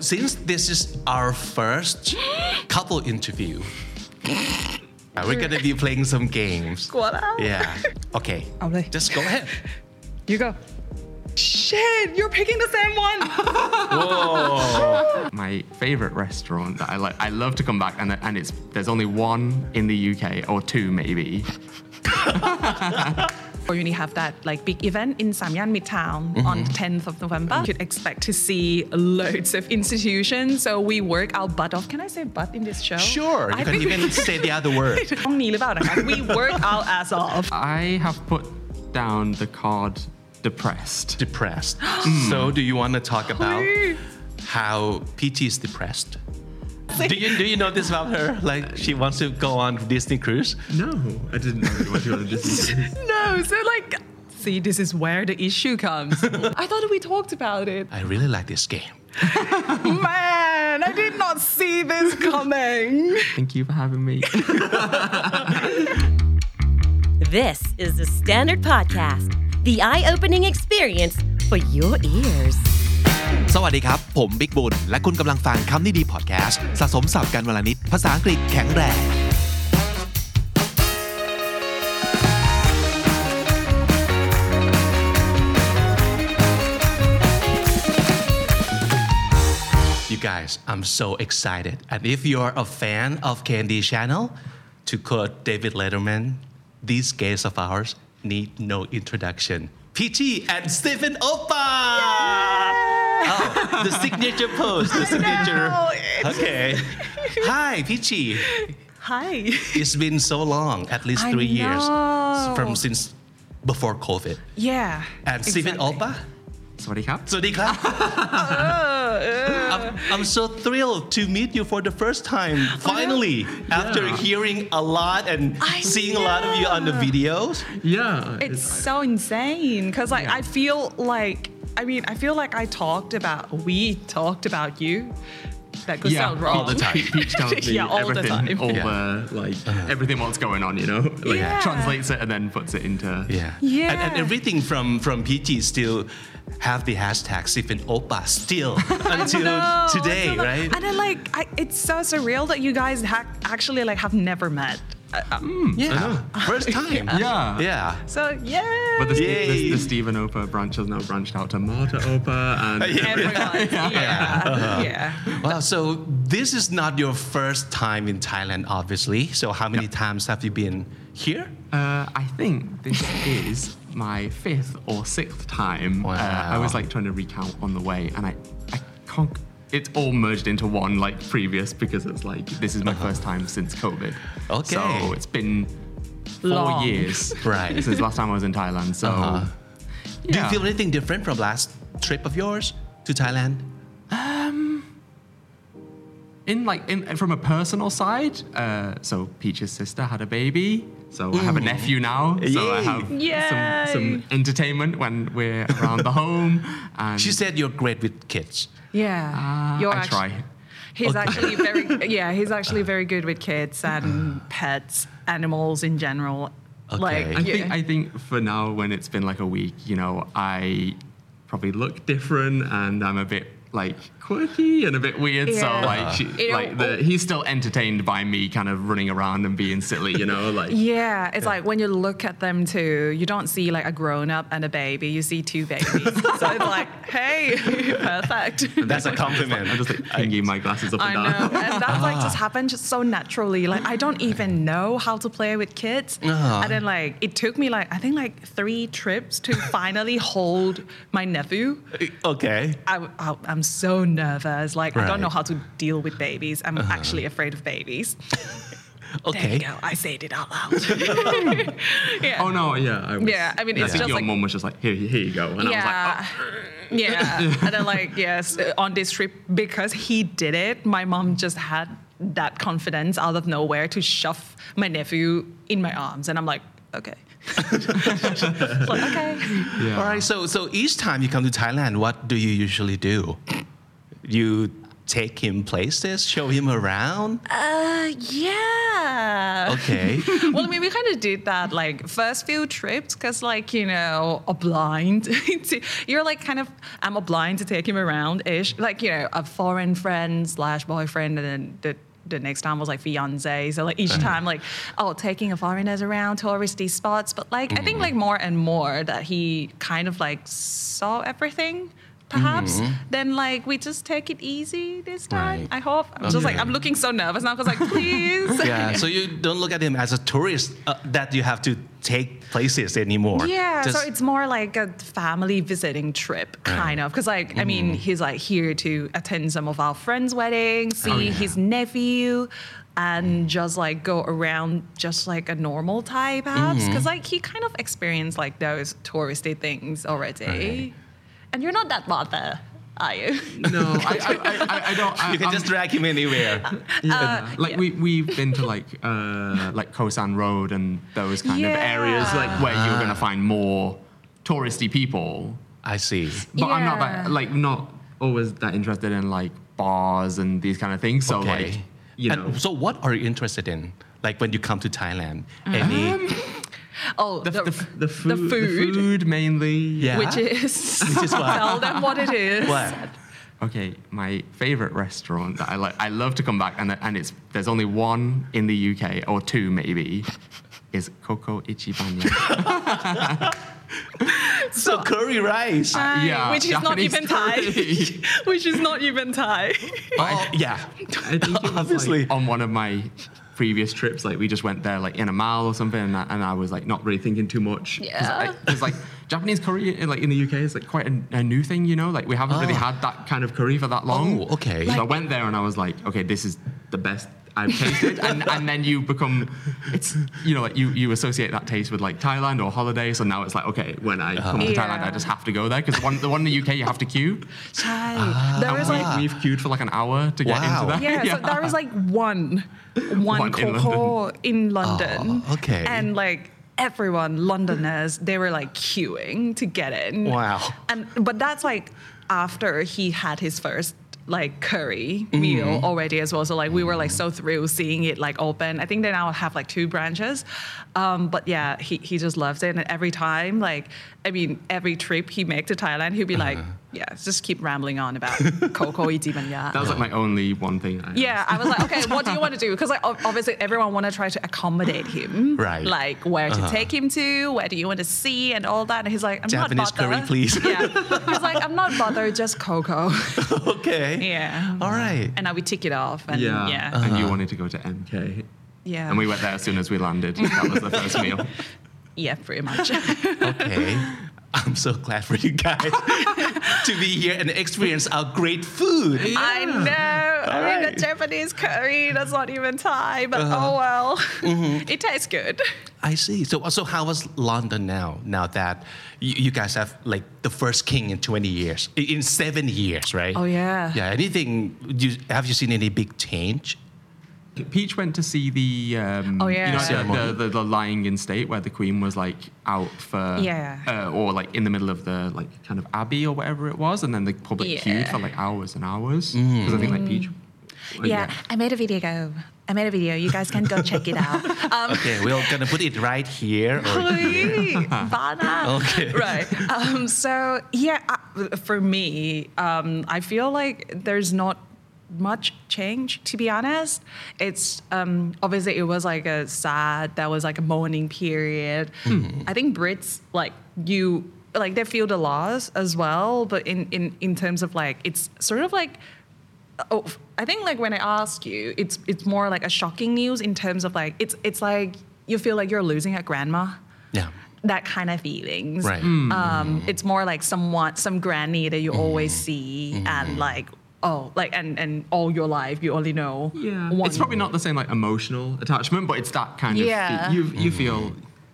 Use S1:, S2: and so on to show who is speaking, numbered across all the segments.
S1: since this is our first couple interview, uh, we're gonna be playing some games.
S2: กลัวแล้ว
S1: Yeah. Okay.
S2: เอาเลย
S1: Just go ahead.
S2: you go shit you're picking the same one
S3: my favorite restaurant that I like. I love to come back, and and it's there's only one in the UK or two maybe.
S2: or Oh, you have that like big event in Samyan Midtown
S1: Mm-hmm.
S2: on the 10th of November you could expect to see loads of institutions so we work our butt off can I say butt in this show
S1: Sure. You
S2: I
S1: can
S2: think we-
S1: even say the other word.
S2: ต้องนี้หรือเปล่านะคะ we work our ass off
S3: I have put down the card depressed.
S1: Depressed. so, do you want to talk about how PT is depressed? Do you do you know this about her? Like she wants to go on Disney cruise.
S3: No, I didn't know what you wanted to say.
S2: No, so like, see, this is where the issue comes. I thought we talked about it.
S1: I really like this game.
S2: Man, I did not see this coming.
S3: Thank you for having me.
S4: This is the Standard Podcast, the eye opening experience for your ears.
S5: สวัสดีครับ ผมบิ๊กบุญ และคุณกำลังฟังคำนี้ดีพอดแคสต์ สะสมสับกันวลนิด ภาษาอังกฤษแข็งแรง
S1: You guys, I'm so excited. And if you're a fan of Candy Channel, to quote David Letterman, these guests of ours need no introduction. Peachy and Stephen Oppa! Oh, the signature pose, the signature. Okay. Hi, Peachy.
S2: Hi.
S1: It's been so long, at least
S2: I
S1: three years
S2: know.
S1: from since before COVID.
S2: Yeah.
S1: And Stephen Oppa,
S3: Sorry, Cap.
S1: สวัสดีครับ I'm, I'm so thrilled to meet you for the first time
S2: Oh,
S1: finally after hearing a lot and
S2: I
S1: seeing a lot of you on the videos
S3: Yeah.
S2: It's so insane because like I feel like I mean I feel like I talked about we talked about you. That could
S3: yeah,
S2: sound wrong.
S3: Peach- Peach, Peach tells me
S2: yeah, all
S3: everything,
S2: the time.
S3: all
S1: Yeah.
S3: the like everything what's going on, you know, like
S2: Yeah.
S3: translates it and then puts it into
S1: yeah, And, and
S2: Yeah.
S1: everything from from PG still have the hashtag Sifin Opa still until
S2: No,
S1: today
S2: until the-
S1: right
S2: And then like I, it's so surreal that you guys ha- actually like have never met.
S1: yeah first time
S3: Yeah.
S1: yeah
S2: So yeah.
S3: But the, Ste-
S1: Yay.
S3: the, the Stephen Opa branch has now branched out to Marta Opa and
S2: everyone. yeah. Yeah.
S1: Wow, so this is not your first time in Thailand, obviously. So how many times have you been here?
S3: Uh, I think this is my fifth or sixth time. Uh, I was
S1: Wow.
S3: like trying to recount on the way, and I, I can't. It's all merged into one like previous because it's like this is my first time since COVID.
S1: Uh-huh. Okay.
S3: So it's been four
S2: Long.
S3: years
S1: Right.
S3: since last time I was in Thailand. So.
S2: Oh.
S1: Uh-huh. Do you
S3: yeah.
S1: feel anything different from last trip of yours to Thailand?
S3: in like in from a personal side uh, so peach's sister had a baby so i have a nephew now so i
S1: Mm. Yay.
S3: have some, some entertainment when we're around the home and
S1: She said you're great with kids.
S2: Yeah.
S3: Uh,
S2: You're
S3: I
S2: actu-
S3: try.
S2: He's actually very yeah, he's actually very good with kids and pets, animals in general.
S1: Okay.
S2: Like
S3: i
S2: yeah.
S3: think i think for now when it's been like a week you know i probably look different and i'm a bit like quirky and a bit weird
S2: Yeah.
S3: so like she,
S2: It'll-
S3: like the, he's still entertained by me kind of running around and being silly you know like
S2: yeah, it's like when you look at them too, you don't see like a grown up and a baby, you see two babies. so it's like, hey, perfect.
S1: That's a compliment.
S3: i'm just like hanging my glasses up
S2: I
S3: and down
S2: know. And that's like just happened just so naturally. Like I don't even know how to play with kids. And then like it took me like I think like three trips to finally hold my nephew.
S1: okay.
S2: I, I, I'm so nervous. Like I
S1: Right.
S2: don't know how to deal with babies. I'm actually afraid of babies. There you
S1: Okay.
S2: go. I said it out loud.
S3: Oh no, yeah, I was,
S2: Yeah, I mean, it's
S3: think
S2: just
S3: your
S2: like-
S3: mum was just like, here, here you go, and I
S2: yeah.
S3: was like, "Oh."
S2: Yeah. And then like yes, on this trip because he did it, my mom just had that confidence out of nowhere to shove my nephew in my arms, and I'm like, okay. like, okay.
S3: oh. yeah.
S1: All right. So so each time you come to Thailand, what do you usually do? You take him places, show him around?
S2: Uh, yeah.
S1: Okay.
S2: well, I mean, we kind of did that like first few trips because, like, you know, a blind, you're like kind of, I'm a blind to take him around ish. Like, you know, a foreign friend slash boyfriend, and then the the next time was like fiance. So like
S1: Uh-huh.
S2: each time, like oh, taking a foreigners around touristy spots. But like I think
S1: Mm-hmm.
S2: like more and more that he kind of like saw everything. Perhaps then, like we just take it easy this time.
S1: Mm-hmm. Right.
S2: I hope. I'm just like
S1: Okay.
S2: I'm looking so nervous now because like please.
S1: yeah. So you don't look at him as a tourist uh, that you have to take places anymore.
S2: Yeah,
S1: Just-
S2: so it's more like a family visiting trip, kind of. Because, like, I
S1: Mm.
S2: mean, he's like here to attend some of our friends' weddings,
S1: Oh,
S2: see his nephew, and just like go around just like a normal Thai, perhaps.
S1: Mm-hmm.
S2: Because, like, he kind of experienced like those touristy things already.
S1: Right.
S2: And you're not that bothered, are you?
S3: No, I, I, I- I, I don't. I,
S1: you can
S3: I'm-
S1: just
S2: Um,
S1: drag him anywhere.
S2: Uh,
S3: Yeah. uh, like we we've been to like uh like Kosan Road and those kind of areas
S2: Yeah.
S3: like where you're gonna find more touristy people.
S2: uh,
S1: I see.
S3: But I'm not that
S2: Yeah.
S3: like not always that interested in like bars and these kind of things. So
S1: Okay.
S3: like you know
S1: And so what are you interested in? Like when you come to Thailand,
S2: Mm-hmm.
S1: any
S2: Oh,
S3: the, the, f- the food, the
S2: food.
S3: food mainly.
S1: yeah,
S2: Which is,
S1: Which is what?
S2: tell them what it is.
S1: what?
S3: Okay, my favorite restaurant that I like, I love to come back, and and it's there's only one in the UK or two maybe, is Coco Ichibanya.
S1: So curry rice.
S2: Thai,
S3: yeah,
S2: which is
S3: Japanese
S2: not even
S3: curry.
S2: Thai. which is not even Thai.
S1: oh, yeah.
S3: I think it was, like,
S1: Obviously.
S3: on one of my previous trips, like we just went there like in a mile or something, and I, and I was like not really thinking too much. 'Cause I-
S2: Yeah.
S3: it's like Japanese curry, in, like in the UK, is like quite a, a new thing, you know. Like we haven't really
S1: Oh.
S3: had that kind of curry for that long.
S1: Oh, okay.
S3: So I went there and I was like, okay, this is the best. I've tasted, and, and then you become, it's you know, like you you associate that taste with like Thailand or holiday. So now it's like, okay, when I come
S2: Yeah.
S3: to Thailand, I just have to go there because one the one in the UK you have to queue.
S2: Thai.
S3: And
S1: Ah,
S2: there is
S3: we,
S2: like
S3: we've queued for like an hour to get
S1: Wow.
S3: into that.
S2: Yeah, so there was like one, one
S3: One in
S2: coco in London.
S1: Oh, okay.
S2: And like everyone, Londoners, they were like queuing to get in.
S1: Wow.
S2: And but that's like after he had his first like curry meal already as well. So like we were like so thrilled seeing it like open. I think they now have like two branches. Um, but yeah, he, he just loves it. And every time, like I mean, every trip he make to Thailand, he'll be like, yeah, just keep rambling on about coco itimanya.
S3: That was like my only one thing. I
S2: Yeah, I was like, okay, what do you want to do? Because like ob- obviously everyone want to try to accommodate him,
S1: Right. Uh-huh.
S2: Like where to take him to, where do you want to see, and all that. And he's like, I'm
S1: Japanese
S2: not bothered.
S1: curry, please.
S2: Yeah, he's like, I'm not bothered, just cocoa.
S1: Okay.
S2: yeah.
S1: All right.
S2: And now we tick it off, and
S3: Yeah.
S2: yeah, yeah.
S1: Uh-huh.
S3: And you wanted to go to MK. And we went there as soon as we landed. That was the first meal.
S2: yeah, pretty much.
S1: Okay. I'm so glad for you guys to be here and experience our great food.
S2: I know.
S1: All
S2: I mean,
S1: right.
S2: the Japanese curry, that's not even Thai, but
S1: Uh-huh.
S2: oh well.
S1: Mm-hmm.
S2: it tastes good.
S1: I see. So, uh, so how is London now? Now that you, you guys have like the first king in 20 years, i- in seven years, right?
S2: Oh, yeah.
S1: Yeah. Anything? You, have you seen any big change?
S3: Peach went to see the, um,
S2: Oh, yeah.
S3: you know, the,
S1: Ceremony.
S3: the, the, the lying in state where the queen was like out for,
S2: Yeah.
S3: uh, or like in the middle of the like kind of abbey or whatever it was, and then the public
S2: Yeah.
S3: queued for like hours and hours because I think like Peach.
S2: I made a video. I made a video. You guys can go check it out. Um,
S1: Okay, we're gonna put it right here. Or,
S2: Please, Bana.
S1: Okay.
S2: Right. Um, so yeah, I, for me, um, I feel like there's not much change to be honest it's um obviously it was like a sad that was like a mourning period i think brits like you like they feel the loss as well but in in in terms of like it's sort of like oh, f- I think like when I ask you, it's it's more like a shocking news in terms of like it's it's like you feel like you're losing a grandma,
S1: yeah.
S2: that kind of feelings.
S1: Right.
S2: Um, it's more like someone, some granny that
S3: Mm-hmm.
S2: you always see and like oh like and and all your life you only know
S3: Yeah.
S2: one.
S3: It's probably not the same like emotional attachment, but it's that kind of, fe-
S2: Yeah.
S3: you, you feel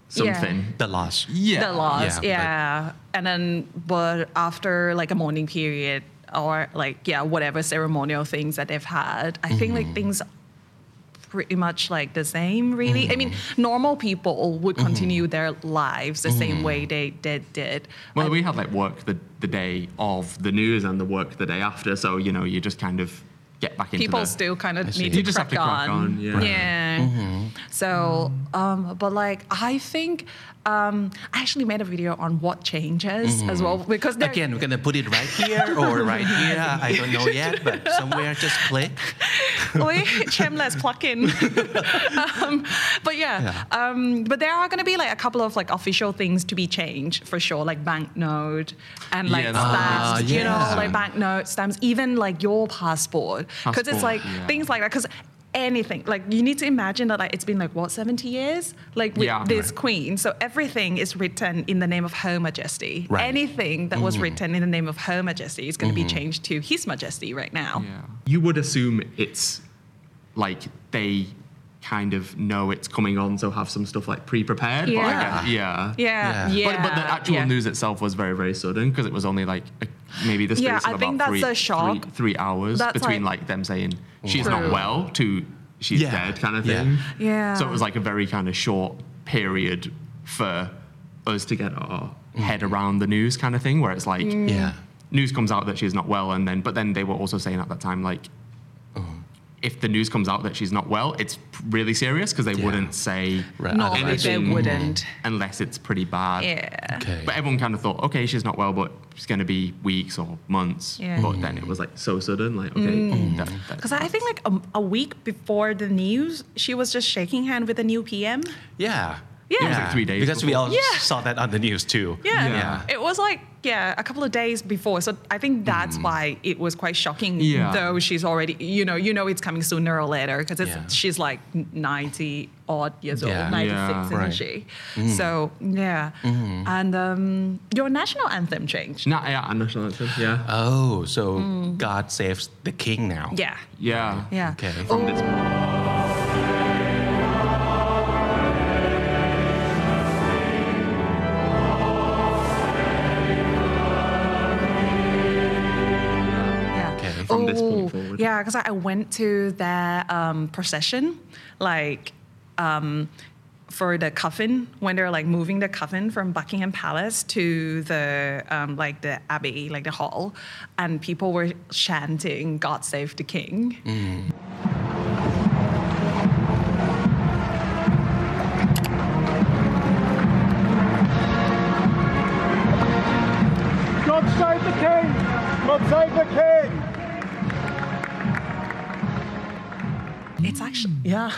S3: something.
S1: The loss.
S3: Yeah.
S2: the loss
S1: Yeah,
S2: yeah,
S1: like-
S2: and then but after like a mourning period or like yeah whatever ceremonial things that they've had i think
S3: Mm-hmm.
S2: like things pretty much like the same really
S3: Mm-hmm.
S2: i mean normal people would continue their lives the
S3: Mm-hmm.
S2: same way they did did
S3: Well, we had like work the, the day of the news and the work the day after, so you know you just kind of get back into
S2: people
S3: the-
S2: still kind of
S3: see.
S2: need
S3: You
S2: to
S3: just have
S2: crack
S3: to crack
S2: on.
S3: on, yeah. Mm-hmm.
S2: Yeah. So, um, but like, I think um, I actually made a video on what changes
S3: Mm-hmm.
S2: as well because there-
S1: Again, we're gonna put it right here or right here. I don't know yet, but somewhere just click.
S2: Oi, shameless plug-in. um, but yeah, Um, but there are going to be like a couple of like official things to be changed for sure, like banknote and like
S3: Yeah, that's
S2: stamps.
S1: nice.
S2: You know,
S1: Yeah.
S2: like banknote, stamps, even like your passport, because it's
S3: Passport,
S2: like
S3: yeah.
S2: things like that. Because anything like you need to imagine that like it's been like what 70 years like with
S3: Yeah,
S2: this
S3: right.
S2: queen so everything is written in the name of her majesty
S1: Right.
S2: anything that
S3: Mm.
S2: was written in the name of her majesty is going to be
S3: Mm-hmm.
S2: changed to his majesty right now
S3: Yeah. You would assume it's like they kind of know it's coming on, so have some stuff like pre-prepared. But
S2: Yeah.
S3: I guess, yeah.
S2: Yeah,
S1: Yeah.
S2: yeah.
S3: But, but the actual
S2: yeah.
S3: news itself was very, very sudden because it was only like a, maybe the space
S2: Yeah,
S3: of
S2: I
S3: about
S2: think that's
S3: three,
S2: a shock.
S3: three- three hours
S2: That's
S3: between
S2: like-
S3: like, them saying she's
S2: True.
S3: not well to she's
S1: Yeah.
S3: dead kind of
S1: Yeah.
S3: thing.
S2: Yeah.
S3: So it was like a very kind of short period for us to get our head
S1: Mm.
S3: around the news kind of thing where it's like
S2: Mm.
S1: Yeah.
S3: news comes out that she's not well and then but then they were also saying at that time like
S1: Uh-huh.
S3: if the news comes out that she's not well it's really serious because they
S1: Yeah.
S3: wouldn't say
S1: Right.
S2: Normally they
S1: Mm-hmm.
S3: anything
S2: wouldn't.
S3: unless it's pretty bad
S2: Yeah.
S1: Okay.
S3: but everyone kind of thought okay she's not well but it's going to be weeks or months
S2: Yeah. Mm.
S3: but then it was like so sudden like okay that, that-
S2: Because I think like a, a week before the news, she was just shaking hand with the new PM.
S1: Yeah.
S2: Yeah. It was
S3: like three days
S1: Because we
S3: before.
S1: all
S2: Yeah.
S1: saw that on the news too.
S2: Yeah.
S3: Yeah.
S2: It was like, yeah, a couple of days before. So I think that's why it was quite shocking.
S3: Mm. Yeah.
S2: Though she's already, you know, you know it's coming sooner or later because it's
S1: Yeah.
S2: she's like 90 odd years
S1: Yeah.
S2: old, 96,
S3: Yeah. Mm. Mm-hmm.
S2: isn't
S1: Right.
S2: she? So, yeah. And um, your national anthem changed.
S3: Nah, yeah, and national anthem yeah
S1: Oh, so God saves the king now.
S2: Yeah.
S3: yeah
S2: Yeah.
S1: Okay.
S2: Oh, yeah.
S1: Okay.
S3: From this point
S2: Oh,
S3: forward.
S2: Yeah, because I I went to their um, procession, like um, for the coffin when they're like moving the coffin from Buckingham Palace to the um, like the abbey, like the hall, and people were chanting "God Save the King."
S1: Mm-hmm.
S6: God save the king! God save the king!
S2: It's actually yeah,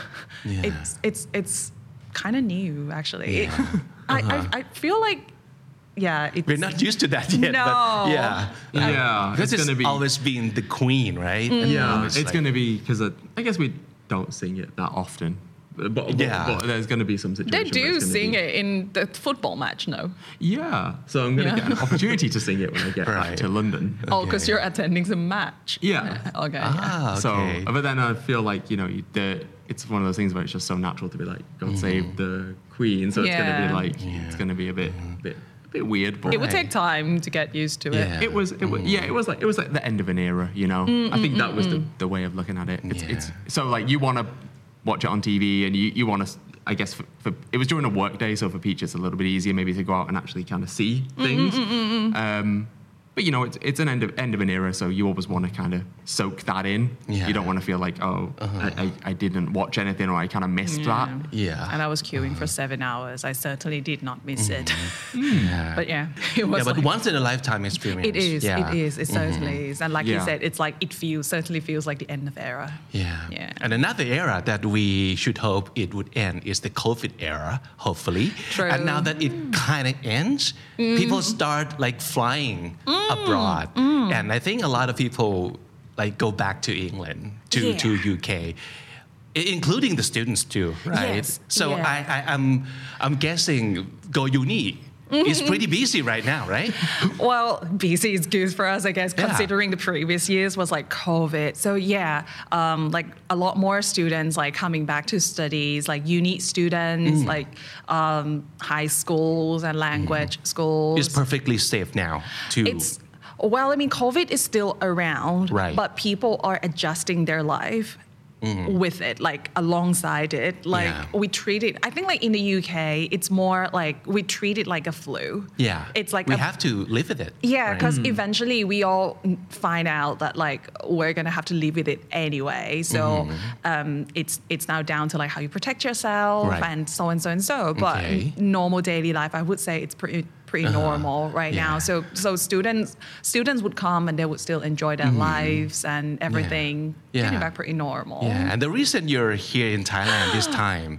S1: Yeah.
S2: it's it's it's kind of new actually.
S1: Yeah. Uh-huh.
S2: I, I I feel like yeah, it's
S1: We're not used to that yet.
S2: No.
S1: But yeah. Uh,
S3: Yeah,
S1: Because
S3: it's
S1: it's,
S3: gonna be- Mm.
S1: always been the queen, right? And
S3: Yeah,
S1: now
S3: it's
S1: like-
S3: going to be because I, I guess we don't sing it that often. But, but,
S1: Yeah.
S3: but there's going to be some
S2: They
S3: situation. where
S2: do
S3: it's gonna
S2: sing
S3: be-
S2: it in the football match, no?
S3: Yeah, so I'm going to
S2: Yeah.
S3: get an opportunity to sing it when I get
S1: Right.
S3: back to London.
S2: Oh,
S1: Okay.
S2: because you're attending the match.
S3: Yeah.
S2: Okay.
S1: Ah, okay.
S3: So, but then I feel like you know you- the it's one of those things where it's just so natural to be like God
S1: Mm-hmm.
S3: save the Queen. So
S2: Yeah.
S3: it's going to be like it's going to be a bit
S1: Mm-hmm.
S3: bit a bit weird. But
S2: It would take time to get used to it.
S1: Yeah. Mm,
S3: It was, it was, yeah, it was like it was like the end of an era, you know. I think that was the, the way of looking at it. It's, it's
S1: Yeah.
S3: so like you want to watch it on TV, and you, you want to, I guess, for, for it was during a work day, so for Peach it's a little bit easier maybe to go out and actually kind of see
S1: Mm,
S3: things. Um, but you know, it's it's an end of end of an era, so you always want to kind of soak that in.
S1: Yeah. Uh-huh.
S3: You don't want to feel like oh, I, I, I didn't watch anything or I kind of missed that.
S1: Yeah.
S2: And I was queuing for
S1: Ah.
S2: seven hours. I certainly did not miss it.
S1: Mm-hmm. yeah.
S2: but yeah, it was.
S1: yeah, but
S2: like-
S1: once in a lifetime experience.
S2: it is.
S1: Yeah. Mm-hmm.
S2: It is. It certainly is. And like you
S3: Yeah.
S2: said, it's like it feels certainly feels like the end of era.
S1: Yeah.
S2: Yeah.
S1: And another era that we should hope it would end is the COVID era, hopefully.
S2: True. Mm.
S1: And now that it kind of ends, people start like flying
S2: Mm.
S1: abroad. And I think a lot of people like go back to England, to,
S2: Yeah.
S1: to UK. i- Including the students too, right?
S2: Yes.
S1: So
S2: Yeah.
S1: I, I, I'm, I'm guessing Go Uni is pretty busy right now, right?
S2: Well, BC is good for us, I guess,
S1: Yeah.
S2: considering the previous years was like COVID. So yeah, um, like a lot more students like coming back to studies, like unique
S1: Mm.
S2: students, like um, high schools and language schools.
S1: Mm-hmm. It's perfectly safe now to
S2: It's well, I mean, COVID is still around,
S1: Right.
S2: but people are adjusting their life with it, like alongside it. Like
S1: Mm-hmm. Yeah.
S2: we treat it. I think like in the UK, it's more like we treat it like a flu.
S1: Yeah.
S2: it's like
S1: we
S2: a-
S1: have to live with it.
S2: yeah,
S1: right? Hmm.
S2: because eventually we all find out that like we're gonna have to live with it anyway. So um, it's it's now down to like how you protect yourself
S1: Mm-hmm. Right.
S2: and so and so and so. But
S1: Okay. Uh-huh.
S2: normal daily life, I would say it's pretty pretty normal right
S1: yeah.
S2: now. So so students students would come and they would still enjoy their lives and everything
S1: Mm-hmm. Yeah.
S2: getting back pretty normal.
S1: Yeah, and the reason you're here in Thailand this time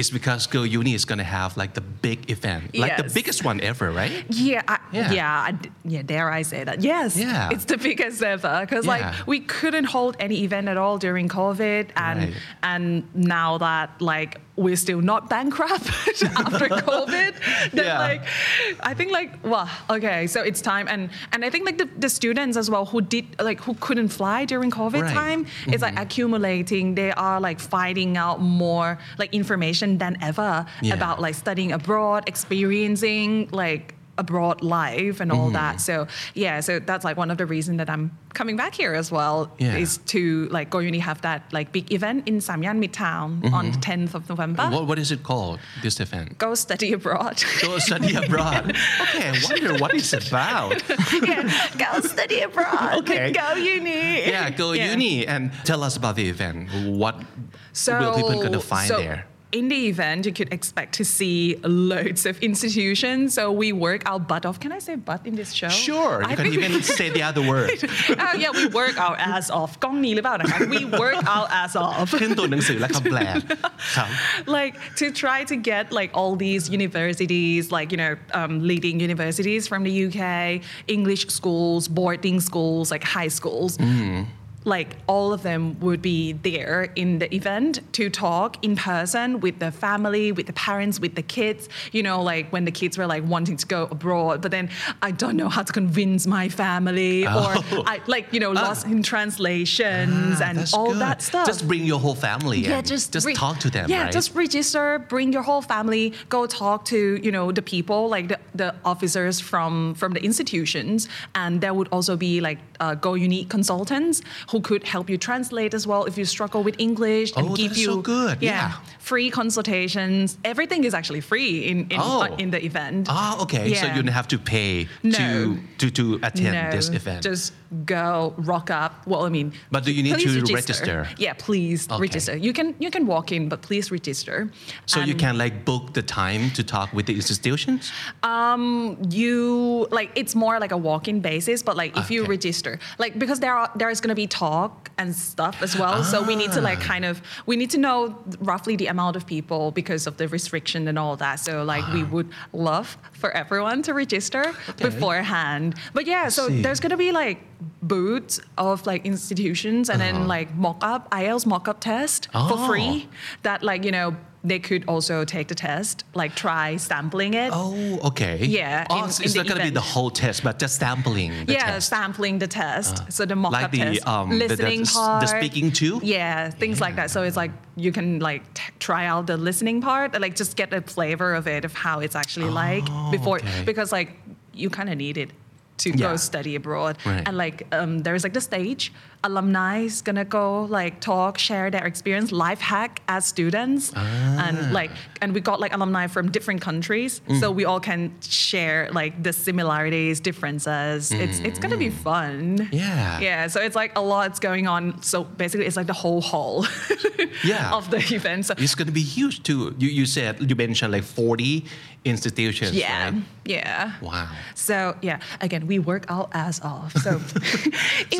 S1: is because Go Uni is going to have like the big event, like the
S2: Yes. Uh,
S1: biggest one ever, right?
S2: Yeah, I,
S1: Yeah.
S2: yeah, I d- yeah. Dare I say that? Yes.
S1: Yeah.
S2: It's the biggest ever because
S1: Yeah.
S2: like we couldn't hold any event at all during COVID, and
S1: Right.
S2: and now that like we're still not bankrupt after COVID, then
S1: Yeah.
S2: like I think like well, okay, so it's time, and and I think like the, the students as well who did like who couldn't fly during COVID
S1: Right.
S2: time, it's
S1: Mm-hmm.
S2: like accumulating. They are like finding out more like information than ever
S1: Yeah.
S2: about like studying abroad, experiencing like abroad life and all that.
S1: Mm-hmm.
S2: So yeah, so that's like one of the reasons that I'm coming back here as well
S1: Yeah.
S2: is to like go uni have that like big event in Samyan Midtown
S1: Mm-hmm.
S2: on the 10th of November.
S1: What, what is it called, this event?
S2: Go study abroad.
S1: Go study abroad. Okay, I wonder what it's about.
S2: yeah, go study abroad.
S1: Okay.
S2: Go uni.
S1: Yeah, Go Uni and tell us about the event. What will people going to find
S2: so
S1: there?
S2: In the event, you could expect to see loads of institutions. So we work our butt off. Can I say butt in this show?
S1: Sure, you
S2: I
S1: can
S2: think-
S1: even say the other word.
S2: อ่า yeah, we work our ass off. กล้องนี้หรือเปล่านะคะ We work our ass off.
S1: ขึ้นตัวหนังสือและคำแปลครับ
S2: like to try to get like all these universities, like you know, um, leading universities from the UK, English schools, boarding schools, like high schools.
S1: Mm.
S2: Like all of them would be there in the event to talk in person with the family, with the parents, with the kids. You know, like when the kids were like wanting to go abroad, but then I don't know how to convince my family,
S1: Oh. Ah,
S2: or I like you know lost in translations and
S1: That's
S2: all
S1: good.
S2: that stuff.
S1: Just bring your whole family.
S2: Yeah,
S1: and
S2: just
S1: just
S2: re-
S1: talk to them.
S2: Yeah,
S1: right?
S2: just register, bring your whole family, go talk to you know the people, like the, the officers from from the institutions, and there would also be like uh, Go Unique consultants who could help you translate as well if you struggle with English
S1: Oh,
S2: and give
S1: that's
S2: you
S1: so good. Yeah.
S2: free consultations. Everything is actually free in in,
S1: Oh.
S2: uh, in the event.
S1: Ah, okay. So
S2: Yeah.
S1: you don't have to pay
S2: No.
S1: to to to attend this event.
S2: Just go rock up. Well, I mean,
S1: But do you need
S2: please
S1: to register?
S2: Yeah, please
S1: Okay.
S2: register. You can you can walk in, but please register.
S1: so you
S2: And
S1: can like book the time to talk with the institutions.
S2: you like it's more like a walk-in basis, but like if you
S1: Okay.
S2: register, like because there are there is gonna be talk and stuff as well. So we need to like
S1: Ah.
S2: kind of we need to know roughly the amount of people because of the restriction and all that. So like we
S1: Ah.
S2: would love for everyone to register beforehand. But yeah, so
S1: see.
S2: there's gonna be like booths of like institutions and then like mock up IELTS mock up test
S1: Uh-huh. Oh.
S2: for free that like you know they could also take the test like try sampling it
S1: Oh, okay.
S2: Yeah,
S1: Oh,
S2: in-
S1: so
S2: in
S1: it's
S2: the
S1: not going to be
S2: event.
S1: the whole test, but just sampling the
S2: yeah,
S1: test. Uh,
S2: sampling the test. so the mock-up
S1: Like the,
S2: test,
S1: um, the- the-
S2: listening
S1: the s- the
S2: part,
S1: speaking too?
S2: Yeah, things like that. So it's like you can like t- try out the listening part, and, like just get a flavor of it of how it's actually like before,
S1: Oh, okay.
S2: because like you kind of need it to
S1: Yeah.
S2: go study abroad.
S1: Right.
S2: And like um, there's like the stage, alumni is gonna go like talk, share their experience, life hack as students,
S1: Ah.
S2: and like and we got like alumni from different countries,
S1: Mm.
S2: so we all can share like the similarities, differences. It's it's gonna be fun.
S1: Mm. Yeah.
S2: Yeah. So it's like a lot's going on. So basically, it's like the whole hall.
S1: Yeah.
S2: Of the event. So
S1: It's going to be huge too. You you said you mentioned like forty institutions.
S2: yeah.
S1: right?
S2: Yeah.
S1: Wow.
S2: So yeah, again, we work our ass off. So,
S1: So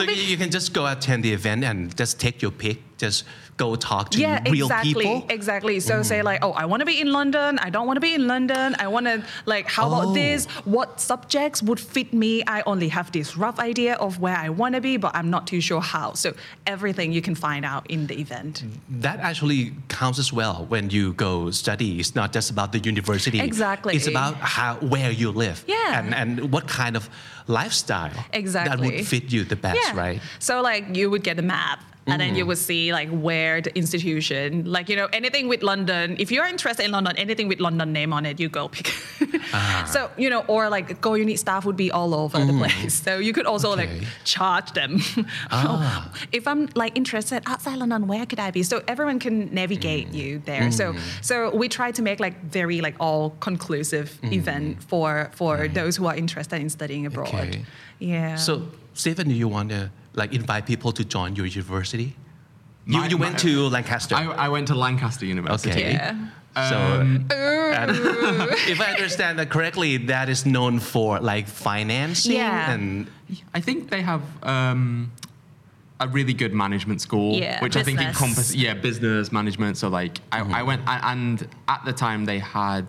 S2: even-
S1: you, you can just go attend the event and just take your pick. Just go talk to
S2: yeah,
S1: real
S2: exactly,
S1: people. Mm.
S2: exactly. So say like, oh, I want to be in London. I don't want to be in London. I want to like, how
S1: Oh.
S2: about this? What subjects would fit me? I only have this rough idea of where I want to be, but I'm not too sure how. So everything you can find out in the event.
S1: that actually counts as well when you go study. It's not just about the university.
S2: Exactly.
S1: It's about how where you live.
S2: Yeah.
S1: And and what kind of lifestyle
S2: Exactly.
S1: that would fit you the best, right? Mm.
S2: So like you would get a map and then you would see like where the institution, like you know, anything with London. If you're interested in London, anything with London name on it, you go pick.
S1: Ah.
S2: So you know, or like go unit staff would be all over the place. So you could also
S1: Mm. Okay. Ah.
S2: like charge them. if I'm like interested outside London, where could I be? So everyone can navigate
S1: Mm.
S2: you there. So so we try to make like very like all conclusive
S1: Mm.
S2: event for for those who are interested in studying abroad.
S1: Okay.
S2: Yeah.
S1: So, Stephen, do you want to like invite people to join your university? You,
S3: My-
S1: you went
S3: my-
S1: to Lancaster.
S3: I, I went to Lancaster University.
S1: okay.
S2: Yeah.
S1: So,
S3: um,
S1: and if I understand that correctly, that is known for like financing
S2: Yeah.
S1: and
S3: I think they have um, a really good management school,
S2: Yeah,
S3: which I think
S4: business.
S3: encompasses yeah business management. So like I, I went a- and at the time they had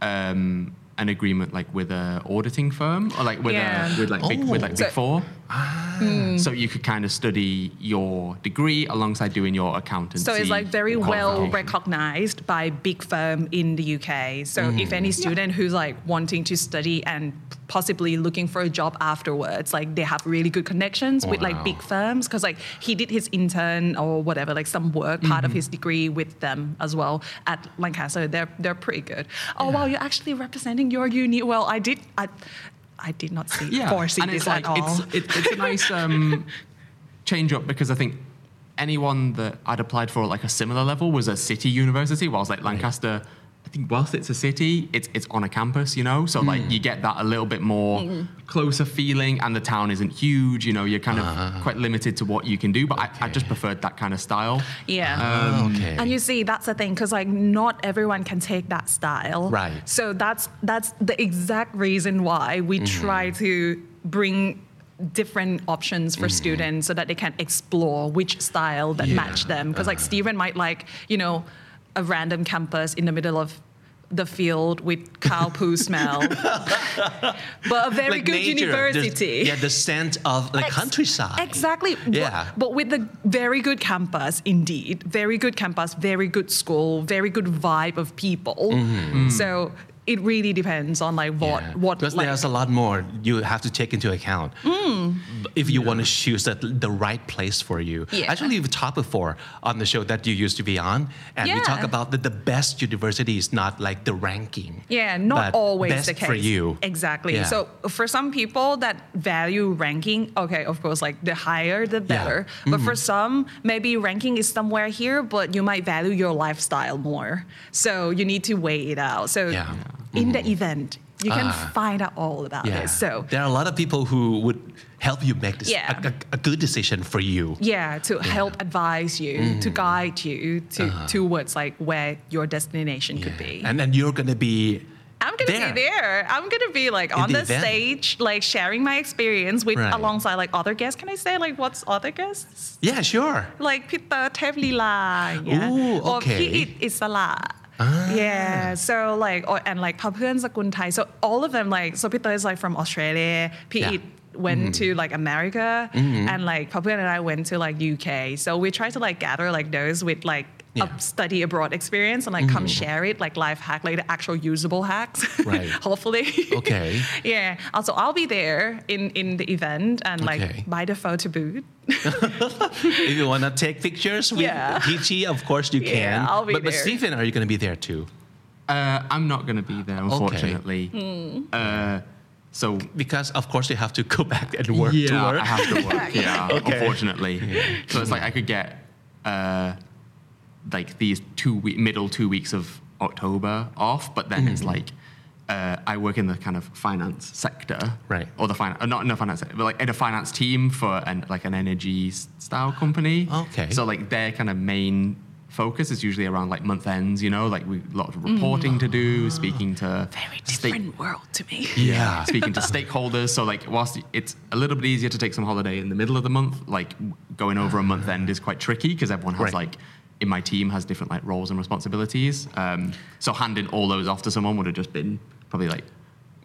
S3: um, an agreement like with a auditing firm or like with
S2: Yeah. Oh.
S3: a, with like big, with like
S2: So- Hmm.
S3: big four. So you could kind of study your degree alongside doing your accountancy.
S2: So it's like very well
S3: qualification.
S2: recognized by big firm in the UK. So
S3: Mm.
S2: if any student who's like wanting to study and possibly looking for a job afterwards, like they have really good connections with like
S1: Wow.
S2: big firms because like he did his intern or whatever, like some work part
S3: Mm-hmm.
S2: of his degree with them as well at Lancaster. They're they're pretty good. Oh wow, you're actually representing your uni. Well, I did I I did not see foresee this at all.
S3: It's, it, it's a nice um, change up because I think anyone that I'd applied for like a similar level was a city university, whilst like Lancaster, I think whilst it's a city, it's it's on a campus, you know, so
S2: Hmm.
S3: like you get that a little bit more closer feeling, and the town isn't huge, you know, you're kind
S2: Ah.
S3: of quite limited to what you can do. But I, I just preferred that kind of style.
S2: yeah.
S1: Ah, okay.
S2: And you see, that's the thing, because like not everyone can take that style.
S1: Right.
S2: So that's that's the exact reason why we
S1: Mm-hmm.
S2: try to bring different options for students so that they can explore which style that
S1: Mm-hmm. Yeah. Uh-huh.
S2: match them. Because like Stephen might like, you know, a random campus in the middle of the field with cow poo smell. but a very
S1: like
S2: good
S1: nature, there's-
S2: university.
S1: Yeah, the scent of like
S2: Ex-
S1: countryside.
S2: Exactly. But-
S1: Yeah.
S2: But, with the very good campus, indeed, very good campus, very good school, very good vibe of people. So it really depends on like what
S1: Mm-hmm. Yeah.
S2: what
S1: because
S2: like, Mm.
S1: there's a lot more you have to take into account if you want to choose that, the right place for you
S2: Yeah.
S1: actually we talked before on the show that you used to be on and we talk
S2: Yeah.
S1: about that the best university is not like the ranking
S2: yeah, not
S1: but
S2: always
S1: best
S2: the case
S1: for you
S2: Exactly.
S1: Yeah.
S2: So for some people that value ranking, okay, of course, like the higher the better. But for
S1: Mm-hmm.
S2: some, maybe ranking is somewhere here, but you might value your lifestyle more. So you need to weigh it out. So
S1: Yeah. Mm-hmm.
S2: in the event, you can
S1: Ah.
S2: find out all about
S1: yeah
S2: it. So
S1: there are a lot of people who would help you make this a-
S2: Yeah.
S1: a, a good decision for you
S2: yeah to help advise you to
S1: Mm-hmm.
S2: guide you to towards like where your destination could
S1: Uh-huh. Yeah.
S2: be
S1: and then you're gonna be
S2: i'm gonna
S1: there.
S2: be there i'm gonna be like on
S1: the
S2: the,
S1: event.
S2: stage like sharing my experience with
S1: Right.
S2: alongside like other guests can i say like what's other guests
S1: yeah sure
S2: like peter tevlila yeah
S1: Ooh,
S2: or
S1: okay. Ah.
S2: Piit Isala. Yeah, so like, or, and like Papuan Sakun Thai. So all of them, like, so Peter is like from Australia. Piit
S1: Yeah. Mm. Mm-hmm.
S2: went to like America, and like Papuan and I went to like UK. So we try to like gather like those with like
S1: Yeah. Mm-hmm.
S2: a study abroad experience and like come share it, like life hack, like the actual usable hacks.
S1: Right.
S2: Hopefully.
S1: Okay.
S2: yeah. Also, I'll be there in in the event and like
S1: Okay.
S2: buy the photo booth.
S1: if you want to take pictures with
S2: Yeah.
S1: Peachy, of course you
S2: Yeah,
S1: can.
S2: I'll be
S1: but, but
S2: there.
S1: Stephen, are you going to be there too?
S3: Uh, I'm not going to be there, unfortunately.
S2: Hmm.
S3: Uh, so
S1: Because of course you have to go back and work
S3: yeah,
S1: to work.
S3: I have to work. yeah,
S1: Okay.
S3: unfortunately. So it's like I could get uh, like these two week, middle two weeks of October off, but then
S1: Mm.
S3: it's like uh, I work in the kind of finance sector,
S1: Right.
S3: Or the finance, not in the finance, sector, but like in a finance team for an like an energy s- style company.
S1: Okay.
S3: So like their kind of main focus is usually around like month ends. You know, like we a lot of reporting to do,
S1: Ah.
S3: speaking to
S2: Very
S3: stake-
S2: different world to me.
S1: yeah.
S3: speaking to stakeholders. So like, whilst it's a little bit easier to take some holiday in the middle of the month, like going over a month end is quite tricky because everyone has
S1: Right.
S3: like in my team has different like roles and responsibilities. Um, so handing all those off to someone would have just been probably like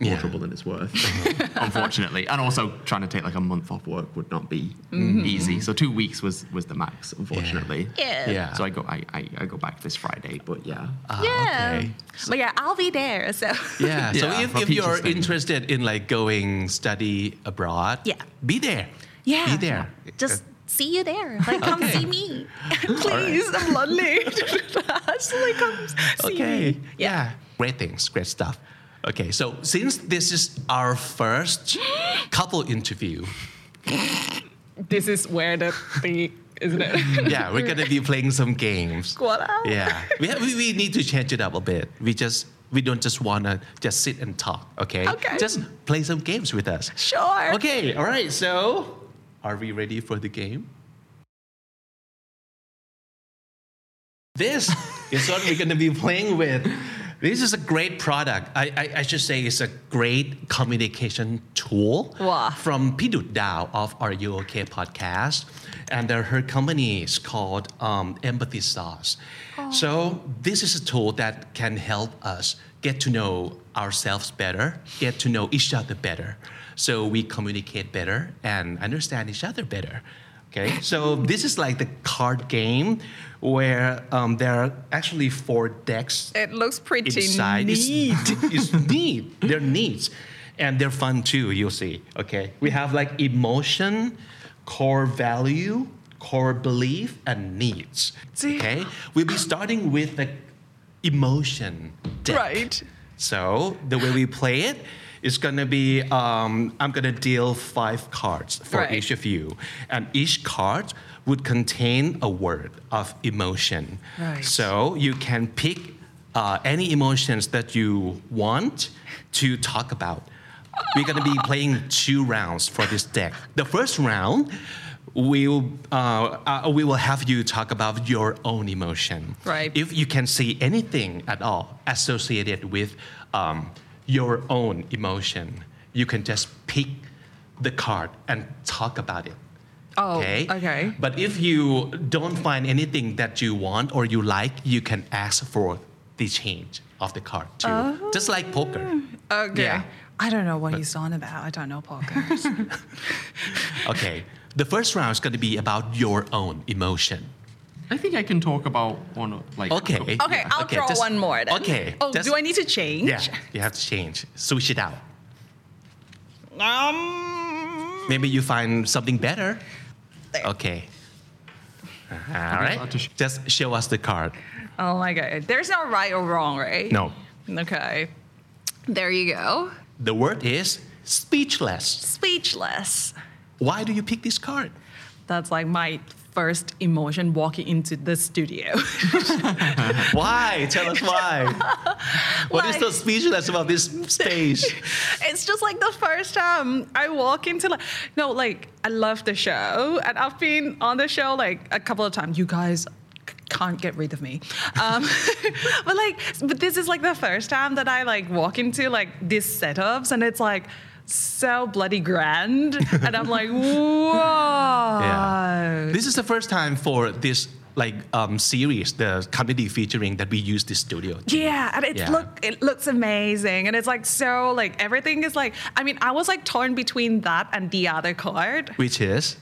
S3: more
S1: Yeah.
S3: trouble than it's worth, unfortunately. And also trying to take like a month off work would not be easy. So two weeks was was the max, unfortunately.
S1: Mm-hmm. Yeah. Yeah.
S3: So I go I, I, I go back this Friday, but yeah.
S1: Ah,
S2: Yeah.
S1: okay.
S2: But yeah, I'll be there. So
S1: Yeah. So
S3: Yeah,
S1: if,
S3: for
S1: if you're
S3: Peachy's thing.
S1: interested in like going study abroad,
S2: Yeah.
S1: be there.
S2: Yeah.
S1: Be there.
S2: just
S7: see you there. Like, come see me.
S2: Please, I'm lonely. Ashley comes. see
S1: Uh, okay.
S2: me.
S1: Yeah. Great things, great stuff. Okay, so since this is our first couple interview,
S2: This is where the thing, isn't it?
S1: yeah, we're gonna be playing some games.
S2: What up?
S1: Yeah, we, have, we we need to change it up a bit. We just we don't just wanna just sit and talk. Okay.
S2: Okay.
S1: Just play some games with us.
S2: Sure.
S1: Okay. All right. So, are we ready for the game? This is what we're gonna be playing with. This is a great product. I, I, I should say it's a great communication tool
S2: Wow.
S1: from Pidut Dao of Are You Okay podcast, and uh, her company is called um, Empathy Stars. So this is a tool that can help us get to know ourselves better, get to know each other better, so we communicate better and understand each other better. Okay, so this is like the card game where um, there are actually four decks
S2: It looks pretty
S1: inside. It's-
S2: neat.
S1: It's, neat. They're neat. And they're fun too, you'll see. Okay. We have like emotion, core value, core belief, and needs.
S2: See?
S1: Okay. We'll be starting with the emotion deck.
S2: Right.
S1: So the way we play it is gonna be um, I'm gonna deal five cards for
S2: Right.
S1: each of you, and each card would contain a word of emotion.
S2: Right.
S1: So you can pick uh, any emotions that you want to talk about. We're gonna be playing two rounds for this deck. The first round. We'll, uh, uh, we will have you talk about your own emotion.
S2: Right.
S1: If you can see anything at all associated with um, your own emotion, you can just pick the card and talk about it.
S2: Oh, okay.
S1: But if you don't find anything that you want or you like, you can ask for the change of the card too. Just like poker.
S2: Oh. Okay.
S1: Yeah.
S2: I don't know what he's on about. I don't know poker.
S1: Okay. The first round is going to be about your own emotion.
S3: I think I can talk about one of- like
S1: Okay.
S2: okay, I'll
S1: Okay,
S2: draw
S1: just-
S2: one more then.
S1: okay,
S2: Oh,
S1: just-
S2: do I need to change?
S1: Yeah, you have to change. Switch it out.
S2: Um,
S1: Maybe you find something better.
S2: There. Uh-huh,
S1: Okay. All right.
S3: allowed to sh-
S1: Just show us the card.
S2: oh my god. There's no right or wrong, right?
S1: No.
S2: Okay. There you go.
S1: The word is speechless.
S2: Speechless.
S1: Why do you pick this card?
S2: That's like my first emotion walking into the studio.
S1: Why? Tell us why. What is so speechless about this stage?
S2: it's just like the first time I walk into like no, like I love the show and I've been on the show like a couple of times. You guys c- can't get rid of me. Um, but like but this is like the first time that I like walk into like these setups and it's like so bloody grand and I'm like, whoa.
S1: This is the first time for this like um, series, the comedy featuring that we use this studio.
S2: Yeah, and it's
S1: Yeah.
S2: look it looks amazing, and it's like so like everything is like I mean I was like torn between that and the other card,
S1: Which is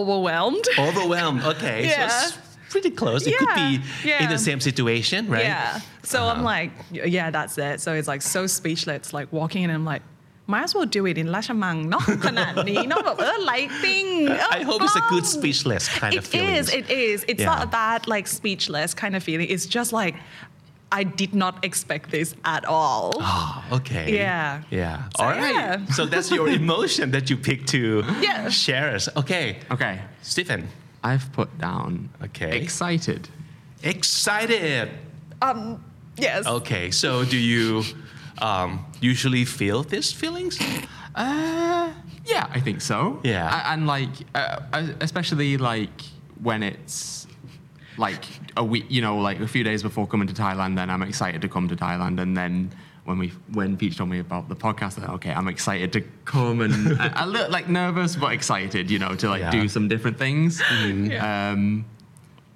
S2: overwhelmed.
S1: overwhelmed. Okay.
S2: Yeah.
S1: So it's pretty close. It could be
S2: Yeah,
S1: in
S2: yeah.
S1: the same situation, right?
S2: Yeah, so
S1: Uh-huh.
S2: I'm like y- yeah that's it. So it's like so speechless, It's like walking in, and I'm like. Might as well do it in Lashamang, not Kanani, not about, uh, lighting. uh,
S1: I hope it's a good
S2: blah.
S1: speechless kind of
S2: It
S1: feeling.
S2: is. It is. It's
S1: Yeah.
S2: not a bad like speechless kind of feeling. It's just like I did not expect this at all.
S1: Ah, okay.
S2: Yeah.
S1: Yeah.
S2: So,
S1: All right.
S2: yeah.
S1: So that's your emotion that you pick to
S2: Yeah.
S1: share us. Okay.
S3: Okay,
S1: Stephen,
S3: I've put down
S1: Okay.
S3: excited.
S1: excited.
S2: Um. Yes.
S1: Okay. So do you um, usually feel these feelings?
S3: Uh, yeah, I think so.
S1: Yeah.
S3: A- and like, uh, uh, especially like when it's like a week, you know, like a few days before coming to Thailand, then I'm excited to come to Thailand, and then. When we when Peach told me about the podcast, then, okay, I'm excited to come and I, I look like nervous but excited, you know, to like
S1: Yeah. Mm-hmm.
S3: do some different things. Um,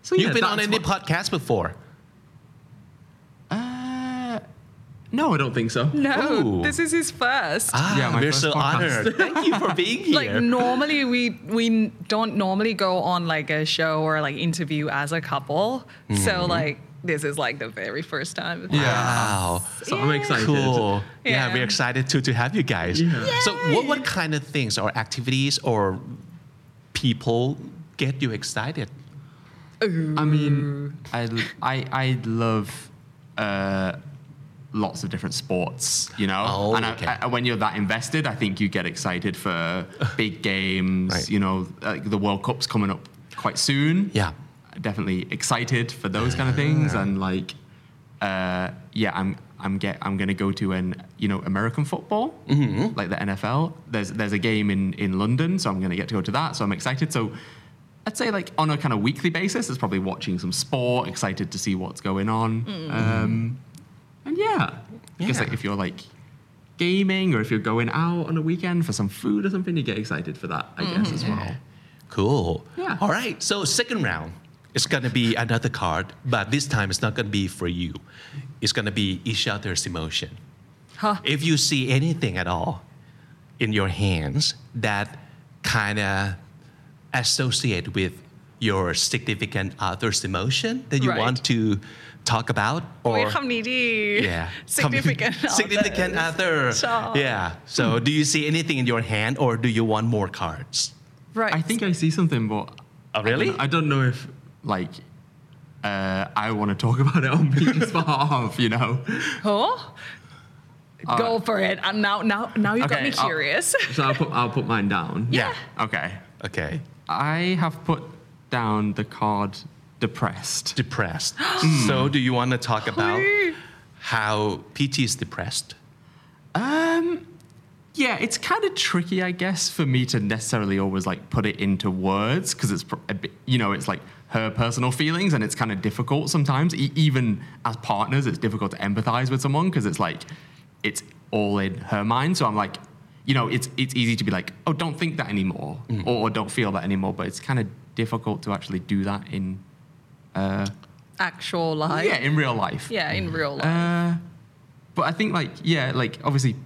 S3: so
S1: You've
S3: yeah,
S1: been on
S3: that's
S1: any
S3: what-
S1: podcast before?
S3: Uh, no, I don't think so.
S2: No,
S1: Ooh.
S2: this is his first.
S1: Ah,
S3: Yeah, my
S1: we're
S3: first
S1: so
S3: podcast.
S1: honored. Thank you for being here.
S2: like normally we we don't normally go on like a show or like interview as a couple. So
S3: Mm-hmm.
S2: like this is like the very first time.
S1: Wow.
S3: So I'm excited.
S1: Cool. Yeah.
S2: Yeah.
S1: we're excited too to have you guys. So, what, what kind of things or activities or people get you excited?
S3: I mean, I, I, I love uh, lots of different sports, you know?
S1: Oh,
S3: and I,
S1: okay.
S3: I, when you're that invested, I think you get excited for big games,
S1: Right.
S3: you know, like the World Cup's coming up quite soon.
S1: Yeah.
S3: Definitely excited for those kind of things. And like, uh, yeah, I'm. I'm get. I'm gonna go to an you know American football, like the NFL. There's there's a game in in London, so I'm gonna get to go to that. So I'm excited. So I'd say like on a kind of weekly basis, it's probably watching some sport, excited to see what's going on. Um, and yeah, I guess
S1: Yeah.
S3: like if you're like gaming or if you're going out on a weekend for some food or something, you get excited for that, I guess as well.
S1: Cool.
S3: Yeah.
S1: All right. So second round, it's gonna be another card, but this time it's not gonna be for you. It's gonna be each other's emotion.
S2: Huh.
S1: If you see anything at all in your hands that kind of associate with your significant other's emotion that you
S2: Right.
S1: want to talk about or
S2: อุ๊ยคำนี้ดี
S1: yeah
S2: significant others
S1: significant other
S2: ชอบ
S1: yeah so do you see anything in your hand or do you want more cards
S2: right
S3: I think I see something, but
S1: oh really
S3: I don't know if like uh, I want to talk about it on Peter's behalf, you know.
S2: huh go for it I'm now now now you got me
S3: Uh, I'll-
S2: curious
S3: so I'll put I'll put mine down.
S1: Yeah.
S3: Okay.
S1: okay
S3: I have put down the card depressed.
S1: depressed so do you want to talk about how PT is depressed
S3: Um yeah, it's kind of tricky, I guess, for me to necessarily always like put it into words because it's, pr- a bit, you know, it's like her personal feelings and it's kind of difficult sometimes. E- even as partners, it's difficult to empathize with someone because it's like, it's all in her mind. So I'm like, you know, it's it's easy to be like, oh, don't think that anymore, or, or don't feel that anymore. But it's kind of difficult to actually do that in
S2: actual life
S3: yeah in real life.
S2: yeah in real life
S3: Uh, but I think like yeah, like obviously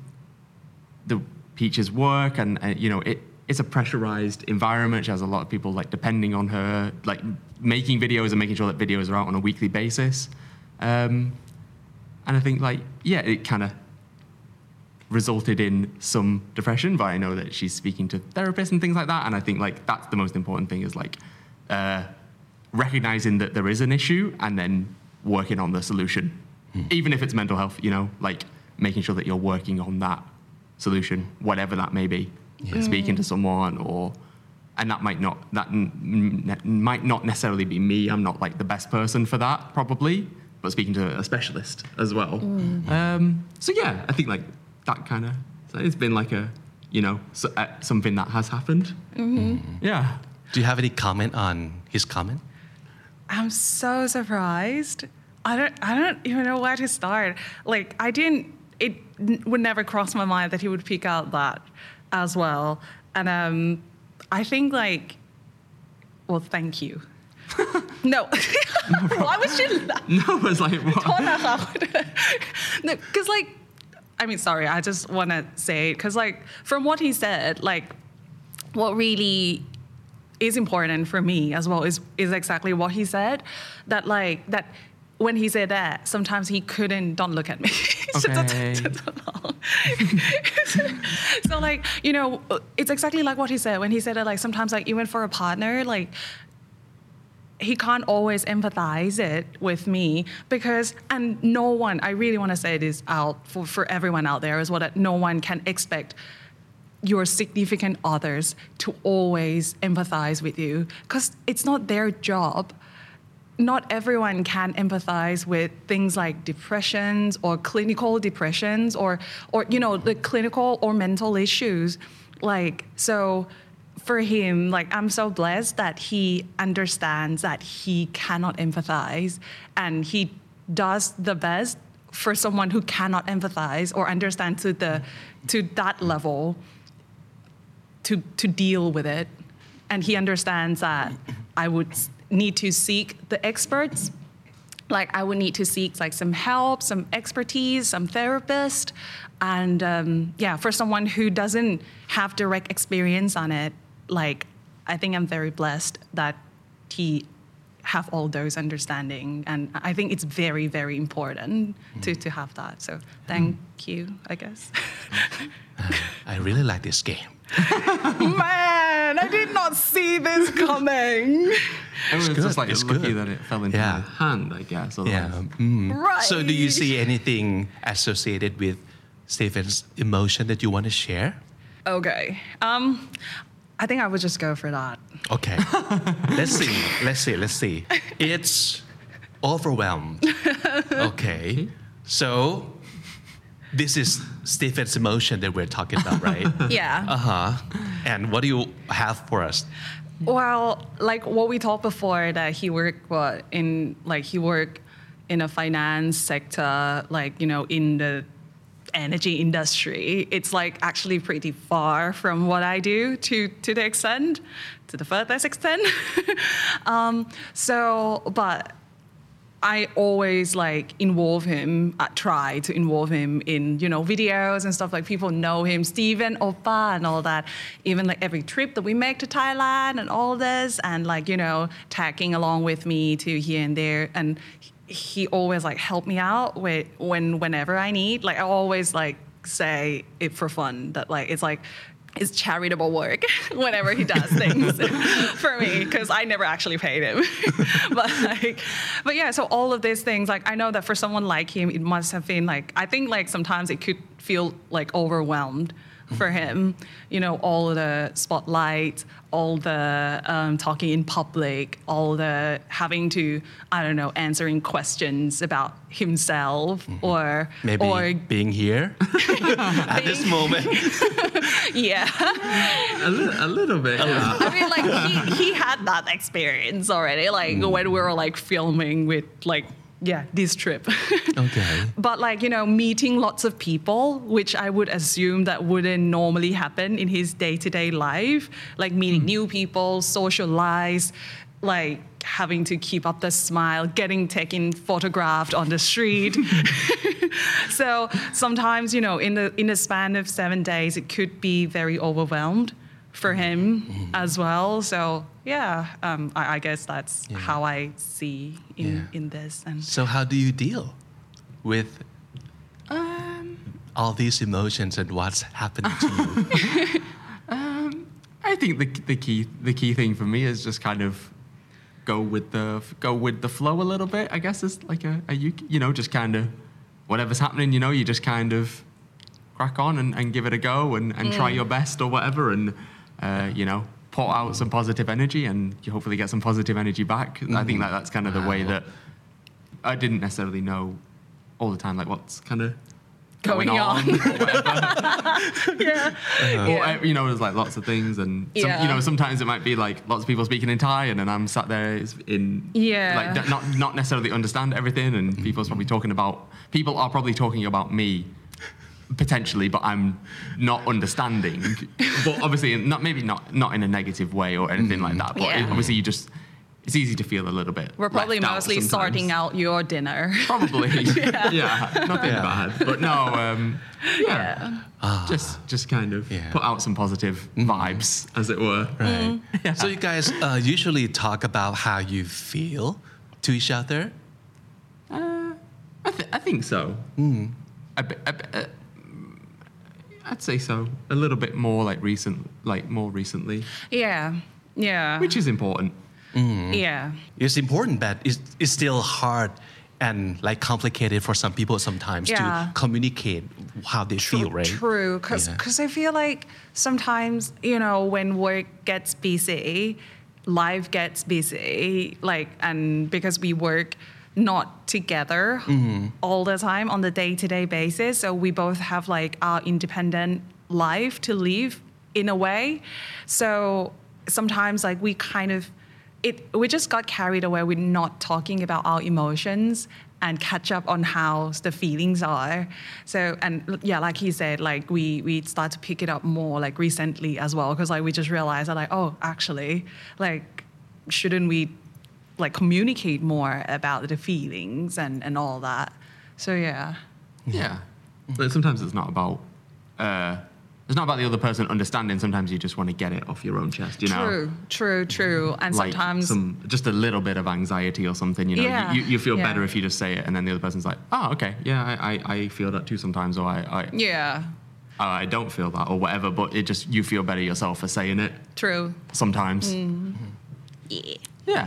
S3: the Peaches work and, and you know it it's a pressurized environment. She has a lot of people like depending on her, like making videos and making sure that videos are out on a weekly basis. Um, and I think like yeah, it kind of resulted in some depression but i know that she's speaking to therapists and things like that and i think like that's the most important thing is like uh, recognizing that there is an issue and then working on the solution even if it's mental health you know like making sure that you're working on that solution whatever that may be Like, speaking to someone or and that might not that n- n- might not necessarily be me i'm not like the best person for that probably but speaking to a specialist as well um, so yeah i think like that kind of so it's been like a you know so, uh, something that has happened yeah
S1: do you have any comment on his comment
S2: I'm so surprised. I don't I don't even know where to start. Like I didn't it n- would never cross my mind that he would pick out that as well. And um I think like well thank you. no. Why was she la-
S3: no i was like what?
S2: no, because like, I mean, sorry, I just want to say because like from what he said, like, what really is important for me as well is is exactly what he said, that like that when he said that sometimes he couldn't don't look at me.
S3: Okay.
S2: so like you know it's exactly like what he said when he said that like sometimes like even for a partner like he can't always empathize it with me because and no one i really want to say this out for, for everyone out there is what that no one can expect your significant others to always empathize with you because it's not their job not everyone can empathize with things like depressions or clinical depressions or or you know the clinical or mental issues like so for him like i'm so blessed that he understands that he cannot empathize and he does the best for someone who cannot empathize or understand to the to that level to to deal with it and he understands that i would s- need to seek the experts like i would need to seek like some help some expertise some therapist and um, yeah for someone who doesn't have direct experience on it like i think i'm very blessed that he have all those understanding and i think it's very very important to, to have that so thank you i guess
S1: I really like this game
S2: man man, I did not see this coming.
S3: Everyone's
S1: good,
S3: just like
S1: it's
S3: lucky
S1: good.
S3: that it fell into
S1: Yeah.
S3: my hand, I guess.
S1: Yeah.
S3: otherwise-
S1: mm.
S2: right.
S1: So, do you see anything associated with Stephen's emotion that you want to share?
S2: Okay. Um, I think I would just go for that.
S1: Okay. let's see. Let's see. Let's see. It's overwhelmed. Okay. So, this is Stephen's emotion that we're talking about, right?
S2: Yeah.
S1: Uh huh. And what do you have for us?
S2: Well, like what we talked before, that he worked what in like he worked in a finance sector, like you know in the energy industry. It's like actually pretty far from what I do to to the extent, to the furthest extent. um, so, but I always like involve him. I try to involve him in you know videos and stuff like people know him, Steven, Oppa, and all that. Even like every trip that we make to Thailand and all this, and like you know tagging along with me to here and there. And he- he always like help me out with when whenever I need. Like I always like say it for fun that like it's like it's charitable work whenever he does things for me because I never actually paid him. but like, but yeah, so all of these things, like I know that for someone like him, it must have been like I think like sometimes it could feel like overwhelmed for him. You know, all the spotlight, all the um, talking in public, all the having to I don't know answering questions about himself or
S1: Maybe
S2: or
S1: being here at this moment.
S2: yeah.
S3: A, li- a little bit. yeah.
S2: I mean, like he, he had that experience already, like when we were like filming with like yeah this trip.
S1: Oh, Okay.
S2: but like you know, meeting lots of people, which I would assume that wouldn't normally happen in his day to day life, like meeting new people, socialize, like having to keep up the smile, getting taken photographed on the street. so sometimes you know, in the in the span of seven days, it could be very overwhelmed for him as well. So yeah, um, I, I guess that's how I see in
S1: Yeah.
S2: in this. And
S1: So, how do you deal with
S2: Um,
S1: all these emotions and what's happening to you?
S3: I think the, the key the key thing for me is just kind of go with the go with the flow a little bit. I guess is like a, a you you know just kind of whatever's happening. You know, you just kind of crack on and, and give it a go and, and
S2: Mm.
S3: try your best or whatever, and uh, you know pour out some positive energy and you hopefully get some positive energy back. I
S2: Mm-hmm.
S3: think that that's kind of the way that I didn't necessarily know all the time like what's kind of
S2: Going on.
S3: or whatever
S2: yeah,
S3: or uh, you know, there's like lots of things, and some,
S2: Yeah.
S3: you know, sometimes it might be like lots of people speaking in Thai, and then I'm sat there is- in
S2: Yeah. Mm.
S3: like d- not not necessarily understand everything, and people's probably talking about people are probably talking about me potentially, but I'm not understanding. but obviously, not maybe not not in a negative way or anything like that. But
S2: Mm. Yeah.
S3: it- obviously, you just it's easy to feel a little bit.
S2: we're probably
S3: left out
S2: mostly
S3: sometimes.
S2: sorting out your dinner.
S3: Probably, yeah. nothing bad, but no, um, yeah Ah. Mm. just just kind of
S1: Yeah.
S3: put out some positive vibes, as it were.
S2: Mm-hmm.
S1: Right. So, you guys uh, usually talk about how you feel to each other.
S3: I, th- I think so. I b- I b- uh, I'd say so. A little bit more like recent, like more recently,
S2: Yeah, yeah,
S3: which is important.
S2: yeah.
S1: It's important, but it's, it's still hard and like complicated for some people sometimes
S2: Yeah.
S1: to communicate how they feel, right?
S2: True, because
S1: Yeah.
S2: I feel like sometimes you know when work gets busy, life gets busy. Like and because we work not together all the time on the day to day basis, so we both have like our independent life to live in a way. So sometimes like we kind of it we just got carried away with not talking about our emotions and catch up on how the feelings are so and yeah like he said like we we start to pick it up more like recently as well because like we just realized that like oh actually like shouldn't we like communicate more about the feelings and and all that so yeah
S3: Yeah. Mm. But sometimes it's not about. Uh, it's not about the other person understanding. Sometimes you just want to get it off your own chest, you know.
S2: true true true and
S3: Like
S2: sometimes
S3: some just a little bit of anxiety or something, you know. You-
S2: Yeah.
S3: You, you feel
S2: Yeah.
S3: better if you just say it, and then the other person's like, "Oh, okay, yeah, I, I, I feel that too sometimes," or I, I
S2: yeah
S3: uh, I don't feel that or whatever, but it just, you feel better yourself for saying it
S2: True.
S3: sometimes.
S2: Mm.
S3: Yeah.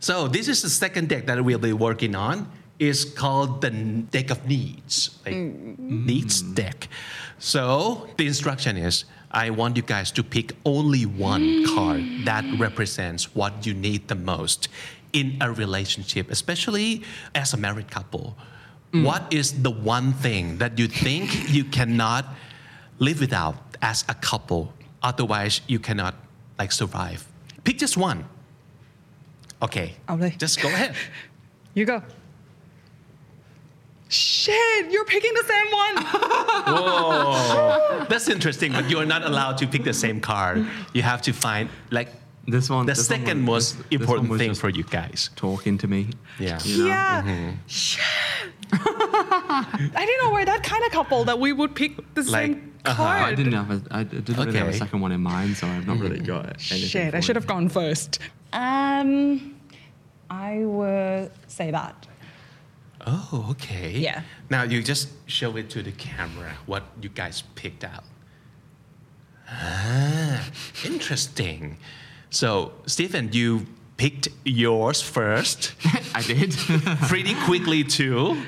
S1: So this is the second deck that we'll be working on. It's called the deck of needs, like needs deck. So the instruction is, I want you guys to pick only one card that represents what you need the most in a relationship, especially as a married couple. What is the one thing that you think you cannot live without as a couple? Otherwise, you cannot like survive. Pick just one. Okay.
S2: Okay.
S1: Just go ahead.
S2: You go. Shit, you're picking the same one.
S1: That's interesting, but you are not allowed to pick the same card. You have to find like
S3: This one.
S1: the
S3: this one
S1: second
S3: was-
S1: most
S3: this- this one
S1: important
S3: was
S1: thing
S3: just
S1: for you guys.
S3: talking to me.
S1: Yeah.
S2: yeah.
S3: Mm-hmm.
S2: Shit. I didn't know we're that kind of couple that we would pick the same
S1: Like, uh-huh,
S2: card.
S3: I didn't have a, I didn't really have a
S1: Okay.
S3: second one in mind, so I've not really got anything.
S2: Mm. Shit, I
S3: for
S2: should
S3: you.
S2: have gone first. Um, I will say that.
S1: Oh, okay.
S2: Yeah.
S1: Now you just show it to the camera what you guys picked out. Ah, interesting. So, Stephen, you picked yours first,
S3: I did.
S1: pretty quickly too.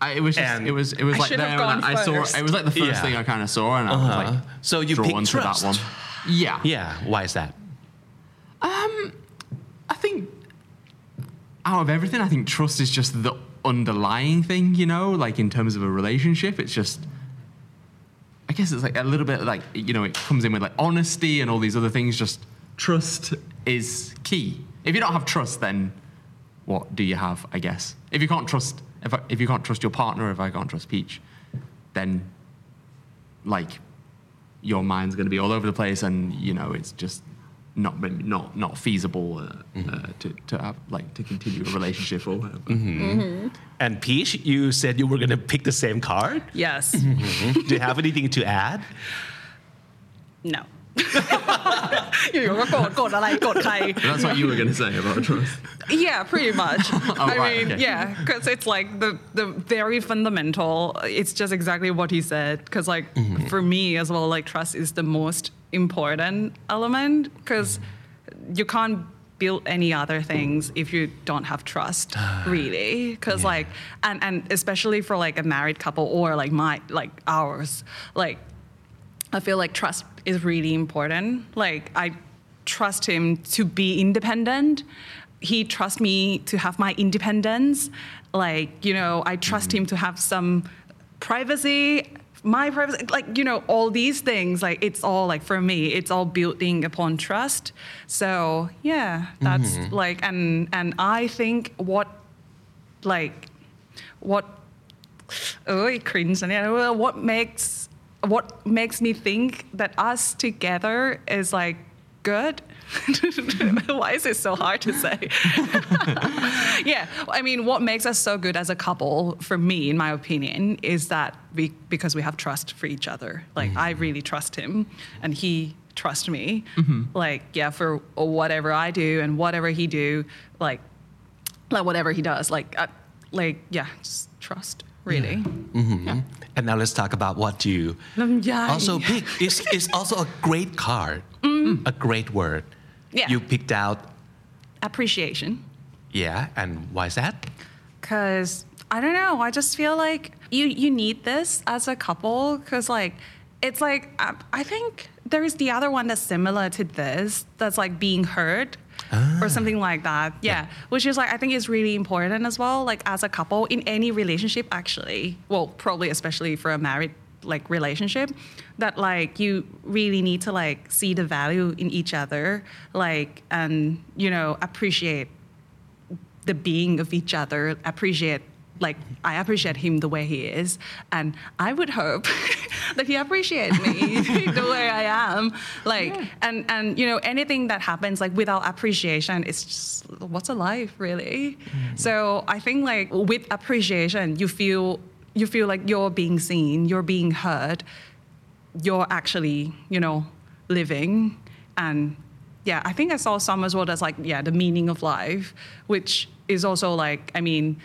S3: I, it was just,
S1: And-
S3: it was it was
S2: I
S3: like
S2: should
S3: there
S2: have
S3: and
S2: gone
S3: I, I saw
S2: first.
S3: it was like the first
S1: Yeah.
S3: thing I kind of saw and I was
S1: Uh-huh.
S3: like
S1: So you
S3: drawn
S1: picked
S3: to that
S1: trust.
S3: one. Yeah.
S1: Yeah. Why is that?
S3: I think out of everything, I think trust is just the underlying thing, you know, like in terms of a relationship, it's just. I guess it's like a little bit like you know it comes in with like honesty and all these other things. Just trust is key. If you don't have trust, then what do you have? I guess if you can't trust if I, if you can't trust your partner, if I can't trust Peach, then like your mind's going to be all over the place, and you know it's just not not not feasible uh,
S1: Mm-hmm.
S3: uh, to to have, like to continue a relationship or whatever.
S1: Mm-hmm. And Peach, you said you were going to pick the same card.
S2: Yes.
S1: Do you have anything to add?
S2: no. อยู่ๆก็โกรธโกรธอะไรโกรธใคร
S3: That's what you were going to say about trust.
S2: Yeah, pretty much. I
S3: Oh, right,
S2: mean,
S3: okay.
S2: yeah, because it's like the the very fundamental. It's just exactly what he said. Because like
S3: Mm-hmm.
S2: for me as well, like trust is the most important element because you can't build any other things if you don't have trust really because like and and especially for like a married couple or like my like ours like I feel like trust is really important. Like I trust him to be independent. He trusts me to have my independence. Like, you know, I trust him to have some privacy, my privacy, like, you know, all these things. Like it's all like for me, it's all building upon trust. So yeah, that's like and and I think what like what oh it cringe and yeah, well, what makes what makes me think that us together is like good why is it so hard to say yeah i mean what makes us so good as a couple for me in my opinion is that we because we have trust for each other like i really trust him and he trusts me like yeah for whatever i do and whatever he do like like whatever he does, like uh, like yeah, just trust really.
S1: And now let's talk about what you
S2: Lamjai.
S1: also pick. It's, it's also a great card, a great word.
S2: Mm-hmm. Yeah.
S1: You picked out,
S2: Appreciation,
S1: yeah, and why is that?
S2: because I don't know, I just feel like you you need this as a couple, because like it's like I, I think there is the other one that's similar to this, that's like being heard. Or something like that, yeah. Which is like I think is really important as well, like as a couple in any relationship, actually. Well, probably especially for a married like relationship that like you really need to like see the value in each other like and you know appreciate the being of each other appreciate like i appreciate him the way he is and i would hope that he appreciates me the way i am like and and you know anything that happens like without appreciation it's just what's a life really so i think like with appreciation you feel you feel like you're being seen you're being heard you're actually, you know, living. And yeah, I think I saw some as well that's like, yeah, the meaning of life, which is also like, I mean,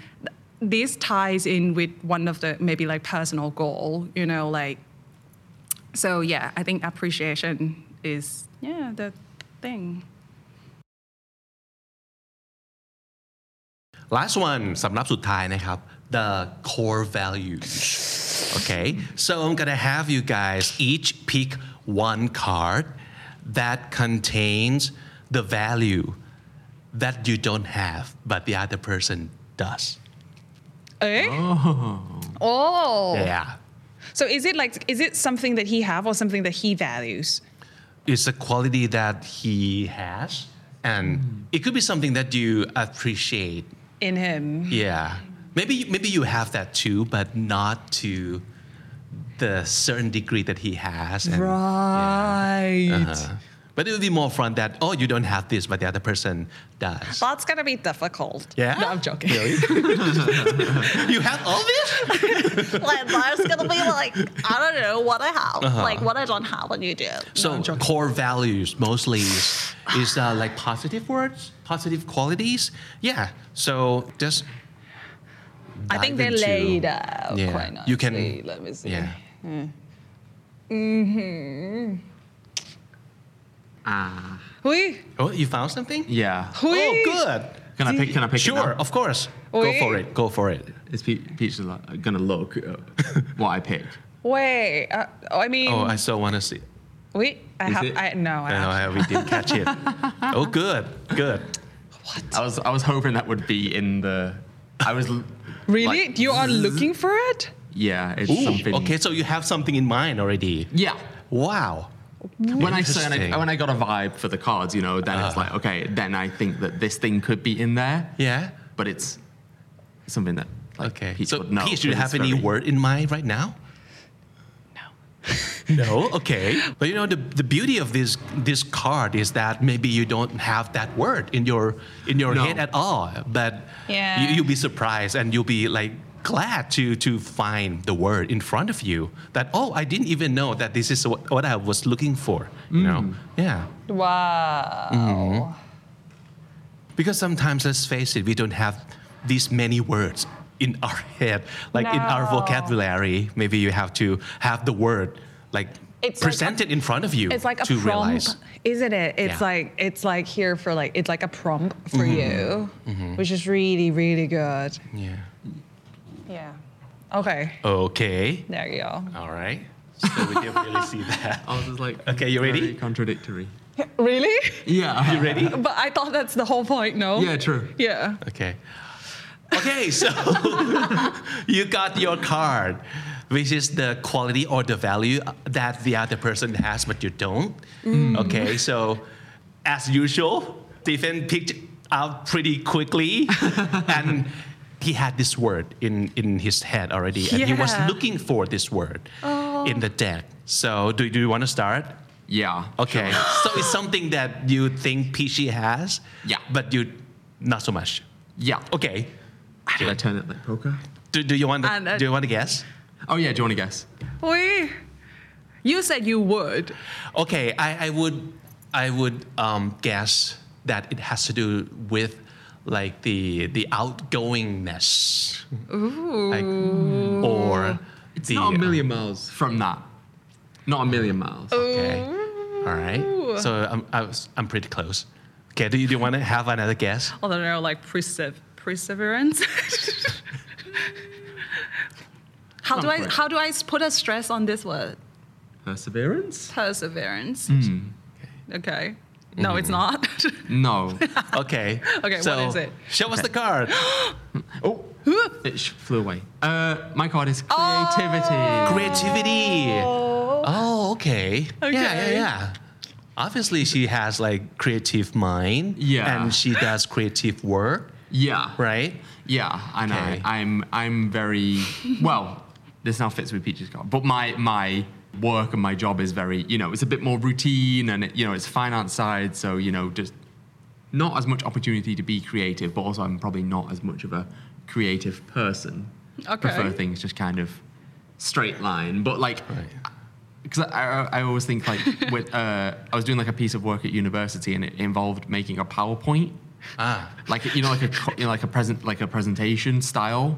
S2: this ties in with one of the maybe like personal goal, you know, like so yeah, I think appreciation is yeah, the thing.
S1: Last one สำหรับสุดท้ายนะครับ the core values okay so I'm gonna have you guys each pick one card that contains the value that you don't have but the other person does
S2: Eh? Oh.
S1: yeah
S2: So is it like is it something that he have or something that he values?
S1: it's a quality that he has and it could be something that you appreciate
S2: In him.
S1: yeah maybe maybe you have that too but not to the certain degree that he has and,
S2: Right.
S1: uh, but it would be more fun that oh you don't have this but the other person does
S2: That's gonna be difficult.
S1: yeah
S2: No, I'm joking.
S1: really you have all this
S7: like, life's gonna be like, I don't know what I have.
S1: Uh-huh.
S7: Like, what I don't have, what you do.
S1: so core values mostly is, is uh, like positive words positive qualities yeah so just
S2: I think they
S1: dive into-
S2: laid out
S1: Yeah.
S2: quite nicely.
S1: You can-
S2: Let me see.
S1: yeah
S2: Hui,
S1: Oh, you found something?
S3: Yeah.
S2: hui.
S1: Oh, good.
S3: Can I pick? Can I pick?
S1: Sure,
S3: It now?
S1: of course. Go
S2: Wait.
S1: for it. Go for it.
S3: Is Pe- Peach like, gonna look at what I pick?
S2: Wait. Uh, I mean,
S1: Oh, I still want to see.
S2: wait. I
S3: Is
S2: have.
S3: it-
S2: I no. I
S1: I know
S2: have.
S1: how we did catch it. Oh, good. Good.
S3: I was I was hoping that would be in the. I was. l-
S2: Really?
S3: like,
S2: you are looking for it?
S3: Yeah, it's
S1: Ooh,
S3: something.
S1: okay, so you have something in mind already.
S3: Yeah.
S1: Wow.
S3: When I, so when I
S1: Interesting. Uh-huh.
S3: when I got a vibe for the cards, you know, then it's like okay, then I think that this thing could be in there,
S1: Yeah.
S3: but it's something that like,
S1: Okay.
S3: Peach
S1: so,
S3: would know.
S1: Peach, do you
S3: but it's
S1: have any
S3: very-
S1: word in mind right now? No. Okay. But you know the, the beauty of this this card is that maybe you don't have that word in your in your
S3: No.
S1: head at all. But
S2: Yeah.
S1: you, you'll be surprised and you'll be like glad to to find the word in front of you that oh I didn't even know that this is what, what I was looking for. You
S3: Mm.
S1: know. Yeah.
S2: Wow.
S1: Mm. Because sometimes, let's face it, we don't have these many words in our head, like in our
S2: No.
S1: vocabulary. Maybe you have to have the word like
S2: It's like
S1: presented
S2: a-
S1: in front of you
S2: It's like a
S1: to
S2: prompt,
S1: realize.
S2: isn't it? It's
S1: Yeah. Mm-hmm.
S2: like it's like here for like it's like a prompt for you, which is really really good.
S1: Yeah.
S2: Yeah. Okay.
S1: Okay.
S2: There you go.
S1: All right. So we didn't really see that.
S3: I was just like,
S1: Okay, you ready?
S3: very Contradictory.
S2: Really?
S3: Yeah. You ready?
S2: But I thought that's the whole point. No.
S3: Yeah, true.
S2: Yeah.
S1: Okay. Okay, so you got your card, which is the quality or the value that the other person has, but you don't. Okay, so as usual, Stephen picked out pretty quickly, and he had this word in, in his head already, and he was
S2: Yeah.
S1: looking for this word in the deck. So, do, do you want to start?
S3: Yeah.
S1: Okay, so it's something that you think Pichi has,
S3: Yeah.
S1: but you not so much.
S3: Yeah.
S1: Oh, Okay.
S3: Should I turn it like poker?
S1: Do, do you want to,
S2: And, uh,
S1: do you want to guess?
S3: Oh yeah. Do you want to guess?
S2: We. You said you would.
S1: Okay, I, I would I would um, guess that it has to do with like the the outgoingness. Ooh. or it's the
S3: Not a million miles from that. Not a million miles.
S1: Okay. All right. So I'm I was, I'm pretty close. Okay, do you, do you want to have another guess?
S2: I don't know, like persev- perseverance. how do I
S3: Something.
S2: how do I put a stress on this word?
S3: Perseverance?
S2: Perseverance.
S1: Hmm.
S2: Okay. No, it's not.
S3: No.
S1: Okay.
S2: Okay, what
S1: so
S2: is it?
S1: Show us the card.
S3: oh, it sh- flew away. Uh, my card is creativity.
S1: Creativity. Oh, okay. Yeah, yeah,
S2: Okay.
S1: yeah. Obviously, she has like creative mind.
S3: Yeah.
S1: And she does creative work,
S3: yeah.
S1: right?
S3: Yeah, I know.
S1: Okay.
S3: I'm I'm very well. This now fits with Peach's card, but my my work and my job is very you know it's a bit more routine and it, you know it's finance side, so you know just not as much opportunity to be creative, but also I'm probably not as much of a creative person.
S2: Okay.
S3: Prefer things just kind of straight line, but like because I, I, I always think like with uh, I was doing like a piece of work at university and it involved making a PowerPoint
S1: Ah.
S3: like you know, like a co- you know, like a present, like a presentation style.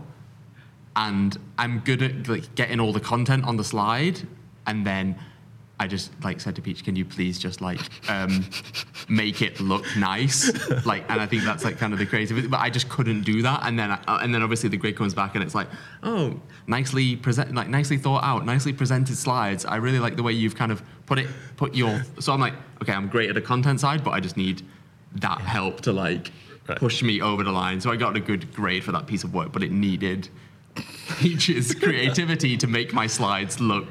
S3: And I'm good at like getting all the content on the slide, and then I just like said to Peach, "Can you please just like um, make it look nice?" Like, and I think that's like kind of the creativity. But I just couldn't do that, and then I, and then obviously the grid comes back, and it's like, "Oh, nicely present, like nicely thought out, nicely presented slides. I really like the way you've kind of put it, put your." So I'm like, "Okay, I'm great at the content side, but I just need that help to like
S1: Right.
S3: push me over the line. So I got a good grade for that piece of work, but it needed Peach's creativity to make my slides look.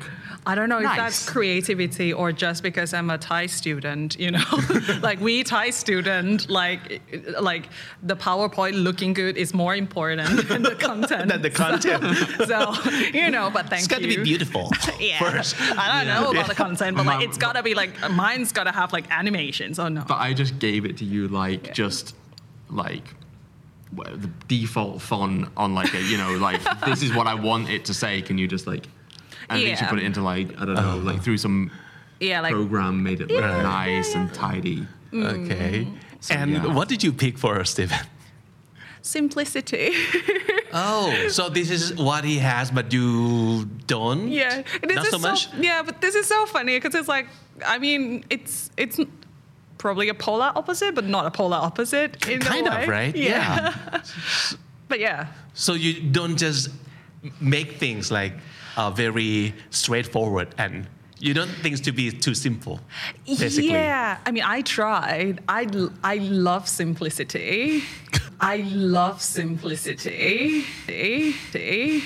S2: I don't know if
S3: Nice.
S2: that's creativity or just because I'm a Thai student, you know, like we Thai student, like like the PowerPoint looking good is more important than the content.
S1: Than the content.
S2: so you know, but thank
S1: It's got to
S2: you.
S1: be beautiful
S2: Yeah.
S1: first.
S2: I don't know about the content, but
S3: Mom-
S2: like it's gotta be like mine's gotta have like animations. Oh no.
S3: But I just gave it to you like just like wha- the default font on like a you know like this is what I want it to say. Can you just like and yeah. you
S2: Yeah.
S3: put it into like I don't know like through some
S2: yeah, like
S3: program made it look nice and tidy.
S2: Mm.
S1: Okay. and
S3: yeah.
S1: what did you pick for us, Steven?
S2: simplicity.
S1: Oh, so this is what he has, but you don't.
S2: Yeah, this
S1: not
S2: is
S1: so much.
S2: Yeah, but this is so funny because it's like, I mean, it's it's probably a polar opposite, but not a polar opposite. In a
S1: kind
S2: way.
S1: of right.
S2: but yeah,
S1: So you don't just make things like uh, very straightforward, and you don't things to be too simple. Basically.
S2: yeah. I mean, I tried. I I love simplicity. I love simplicity. I-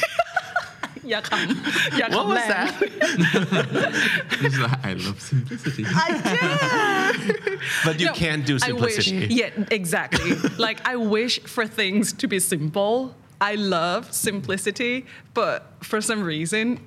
S2: อย่าขำอย่าขำ
S1: What was
S2: แรง
S1: that?
S3: This is- I love simplicity.
S2: I did.
S1: But you
S2: No,
S1: can do simplicity.
S2: I wish, yeah, exactly. like I wish for things to be simple. I love simplicity, but for some reason,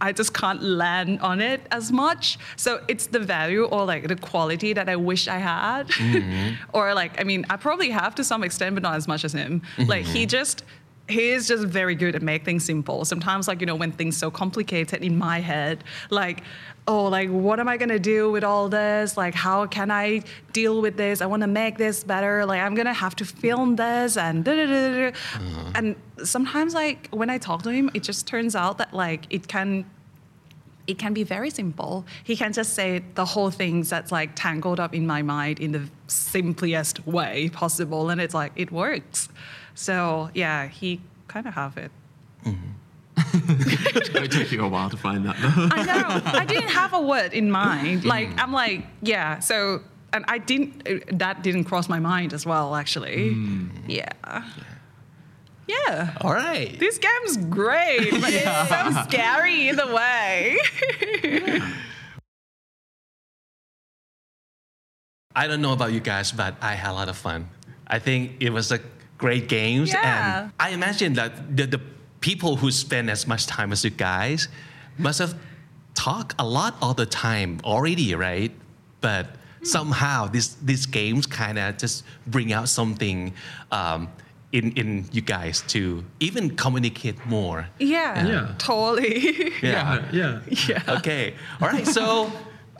S2: I just can't land on it as much. So it's the value or like the quality that I wish I had,
S1: Mm-hmm.
S2: or like I mean, I probably have to some extent, but not as much as him. Like he
S1: Mm-hmm.
S2: just. He is just very good at make things simple. Sometimes, like you know, when things so complicated in my head, like, oh, like what am I gonna do with all this? Like, how can I deal with this? I want to make this better. Like, I'm gonna have to film this and da da da da. da. And sometimes, like when I talk to him, it just turns out that like it can it can be very simple. He can just say the whole things that's like tangled up in my mind in the simplest way possible, and it's like it works. So yeah, he kind of have it.
S3: it took you a while to find that though.
S2: I know. I didn't have a word in mind. Like I'm like yeah. So and I didn't. uh, That didn't cross my mind as well actually. Yeah. Yeah.
S1: All right.
S2: This game's great. but It's so scary either way.
S1: I don't know about you guys, but I had a lot of fun. I think it was a great games,
S2: Yeah.
S1: and I imagine that the, the people who spend as much time as you guys must have talked a lot all the time already, right? But somehow this these games kind of just bring out something um, in in you guys to even communicate more.
S2: Yeah.
S3: Yeah.
S2: Totally.
S1: yeah.
S3: yeah.
S1: Okay. All right. So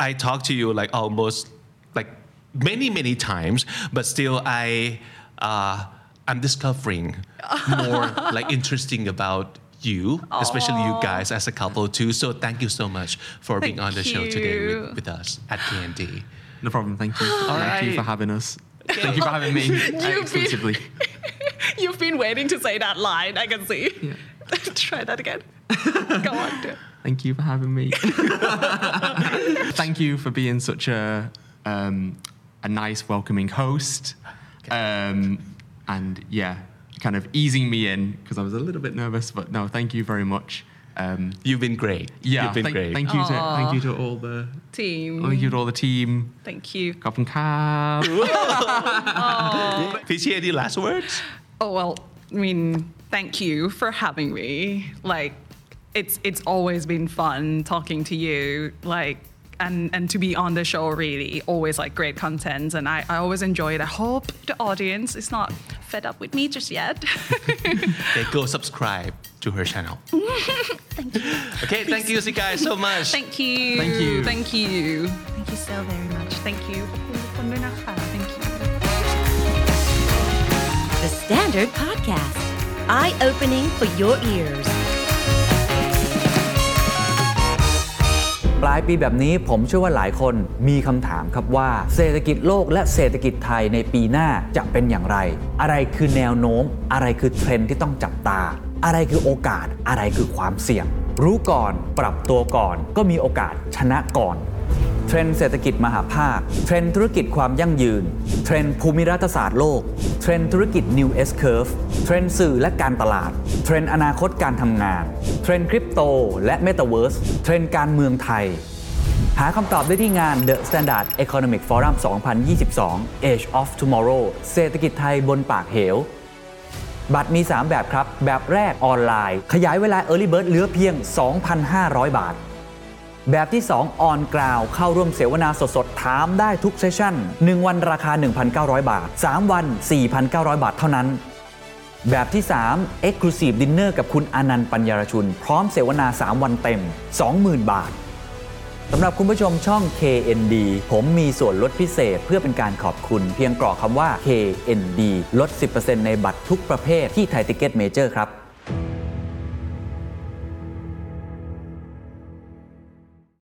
S1: I talked to you like almost like many many times, but still I uh, I'm discovering more like interesting about you, especially you guys as a couple too. So thank you so much for being on
S2: Thank
S1: the show today
S2: you.
S1: with, with us at TNT.
S3: No problem. Thank you. thank you
S1: right.
S3: for having us. Thank you for having me
S2: be-
S3: exclusively.
S2: You've been waiting to say that line, I can see.
S3: Yeah.
S2: Try that again. Go on, do it.
S3: Thank you for having me. thank you for being such a um, a nice, welcoming host. Um, and yeah, kind of easing me in because I was a little bit nervous. But no, thank you very much. Um,
S1: You've been great.
S3: yeah,
S1: You've been
S3: thank,
S1: great.
S3: thank you to thank you to all the
S2: Team.
S3: thank you to all the team.
S2: Thank you.
S3: Cup and cap.
S1: Pichi, any last words?
S2: Oh well, I mean, thank you for having me. Like, it's it's always been fun talking to you. Like. And, and to be on the show really always like great content and I, I always enjoy it. I hope the audience is not fed up with me just yet.
S1: They go subscribe to her channel. Okay, thank you guys so much.
S2: Thank you.
S3: Thank you.
S2: Thank you.
S7: Thank you so very much.
S2: Thank you. ขอบคุณทุกคนด้วยนะคะ Thank you.
S4: Standard Podcast, eye opening for your ears.
S8: ปลายปีแบบนี้ผมเชื่อว่าหลายคนมีคำถามครับว่า เศรษฐกิจโลกและเศรษฐกิจไทยในปีหน้าจะเป็นอย่างไร อะไรคือแนวโน้ม อะไรคือเทรนด์ที่ต้องจับตา อะไรคือโอกาสอะไรคือความเสี่ยง รู้ก่อนปรับตัวก่อน ก็มีโอกาสชนะก่อน เทรนด์เศรษฐกิจมหาภาค เทรนด์ธุรกิจความยั่งยืน เทรนด์ภูมิรัฐศาสตร์โลก เทรนด์ธุรกิจ New S Curve เทรนด์สื่อและการตลาด เทรนด์อนาคตการทำงาน เทรนด์คริปโตและ Metaverse เทรนด์การเมืองไทย หาคำตอบได้ที่งาน The Standard Economic Forum 2022 Age of Tomorrow เศรษฐกิจไทยบนปากเหว บัตรมี 3 แบบครับ แบบแรกออนไลน์ ขยายเวลา Early Bird เหลือเพียง 2,500 บาท แบบที่ 2 on ground เข้าร่วมเสวนาสดๆ ถามได้ทุกเซสชั่น 1 วันราคา 1,900 บาท 3 วัน 4,900 บาทเท่านั้น แบบที่ 3 Exclusive Dinner กับคุณอนันต์ปัญญารชุน พร้อมเสวนา 3 วันเต็ม 20,000 บาท สำหรับคุณผู้ชมช่อง KND ผมมีส่วนลดพิเศษเพื่อเป็นการขอบคุณ เพียงกรอกคำว่า KND ลด 10%ในบัตรทุกประเภทที่ไทยติเก็ตเมเจอร์ครับ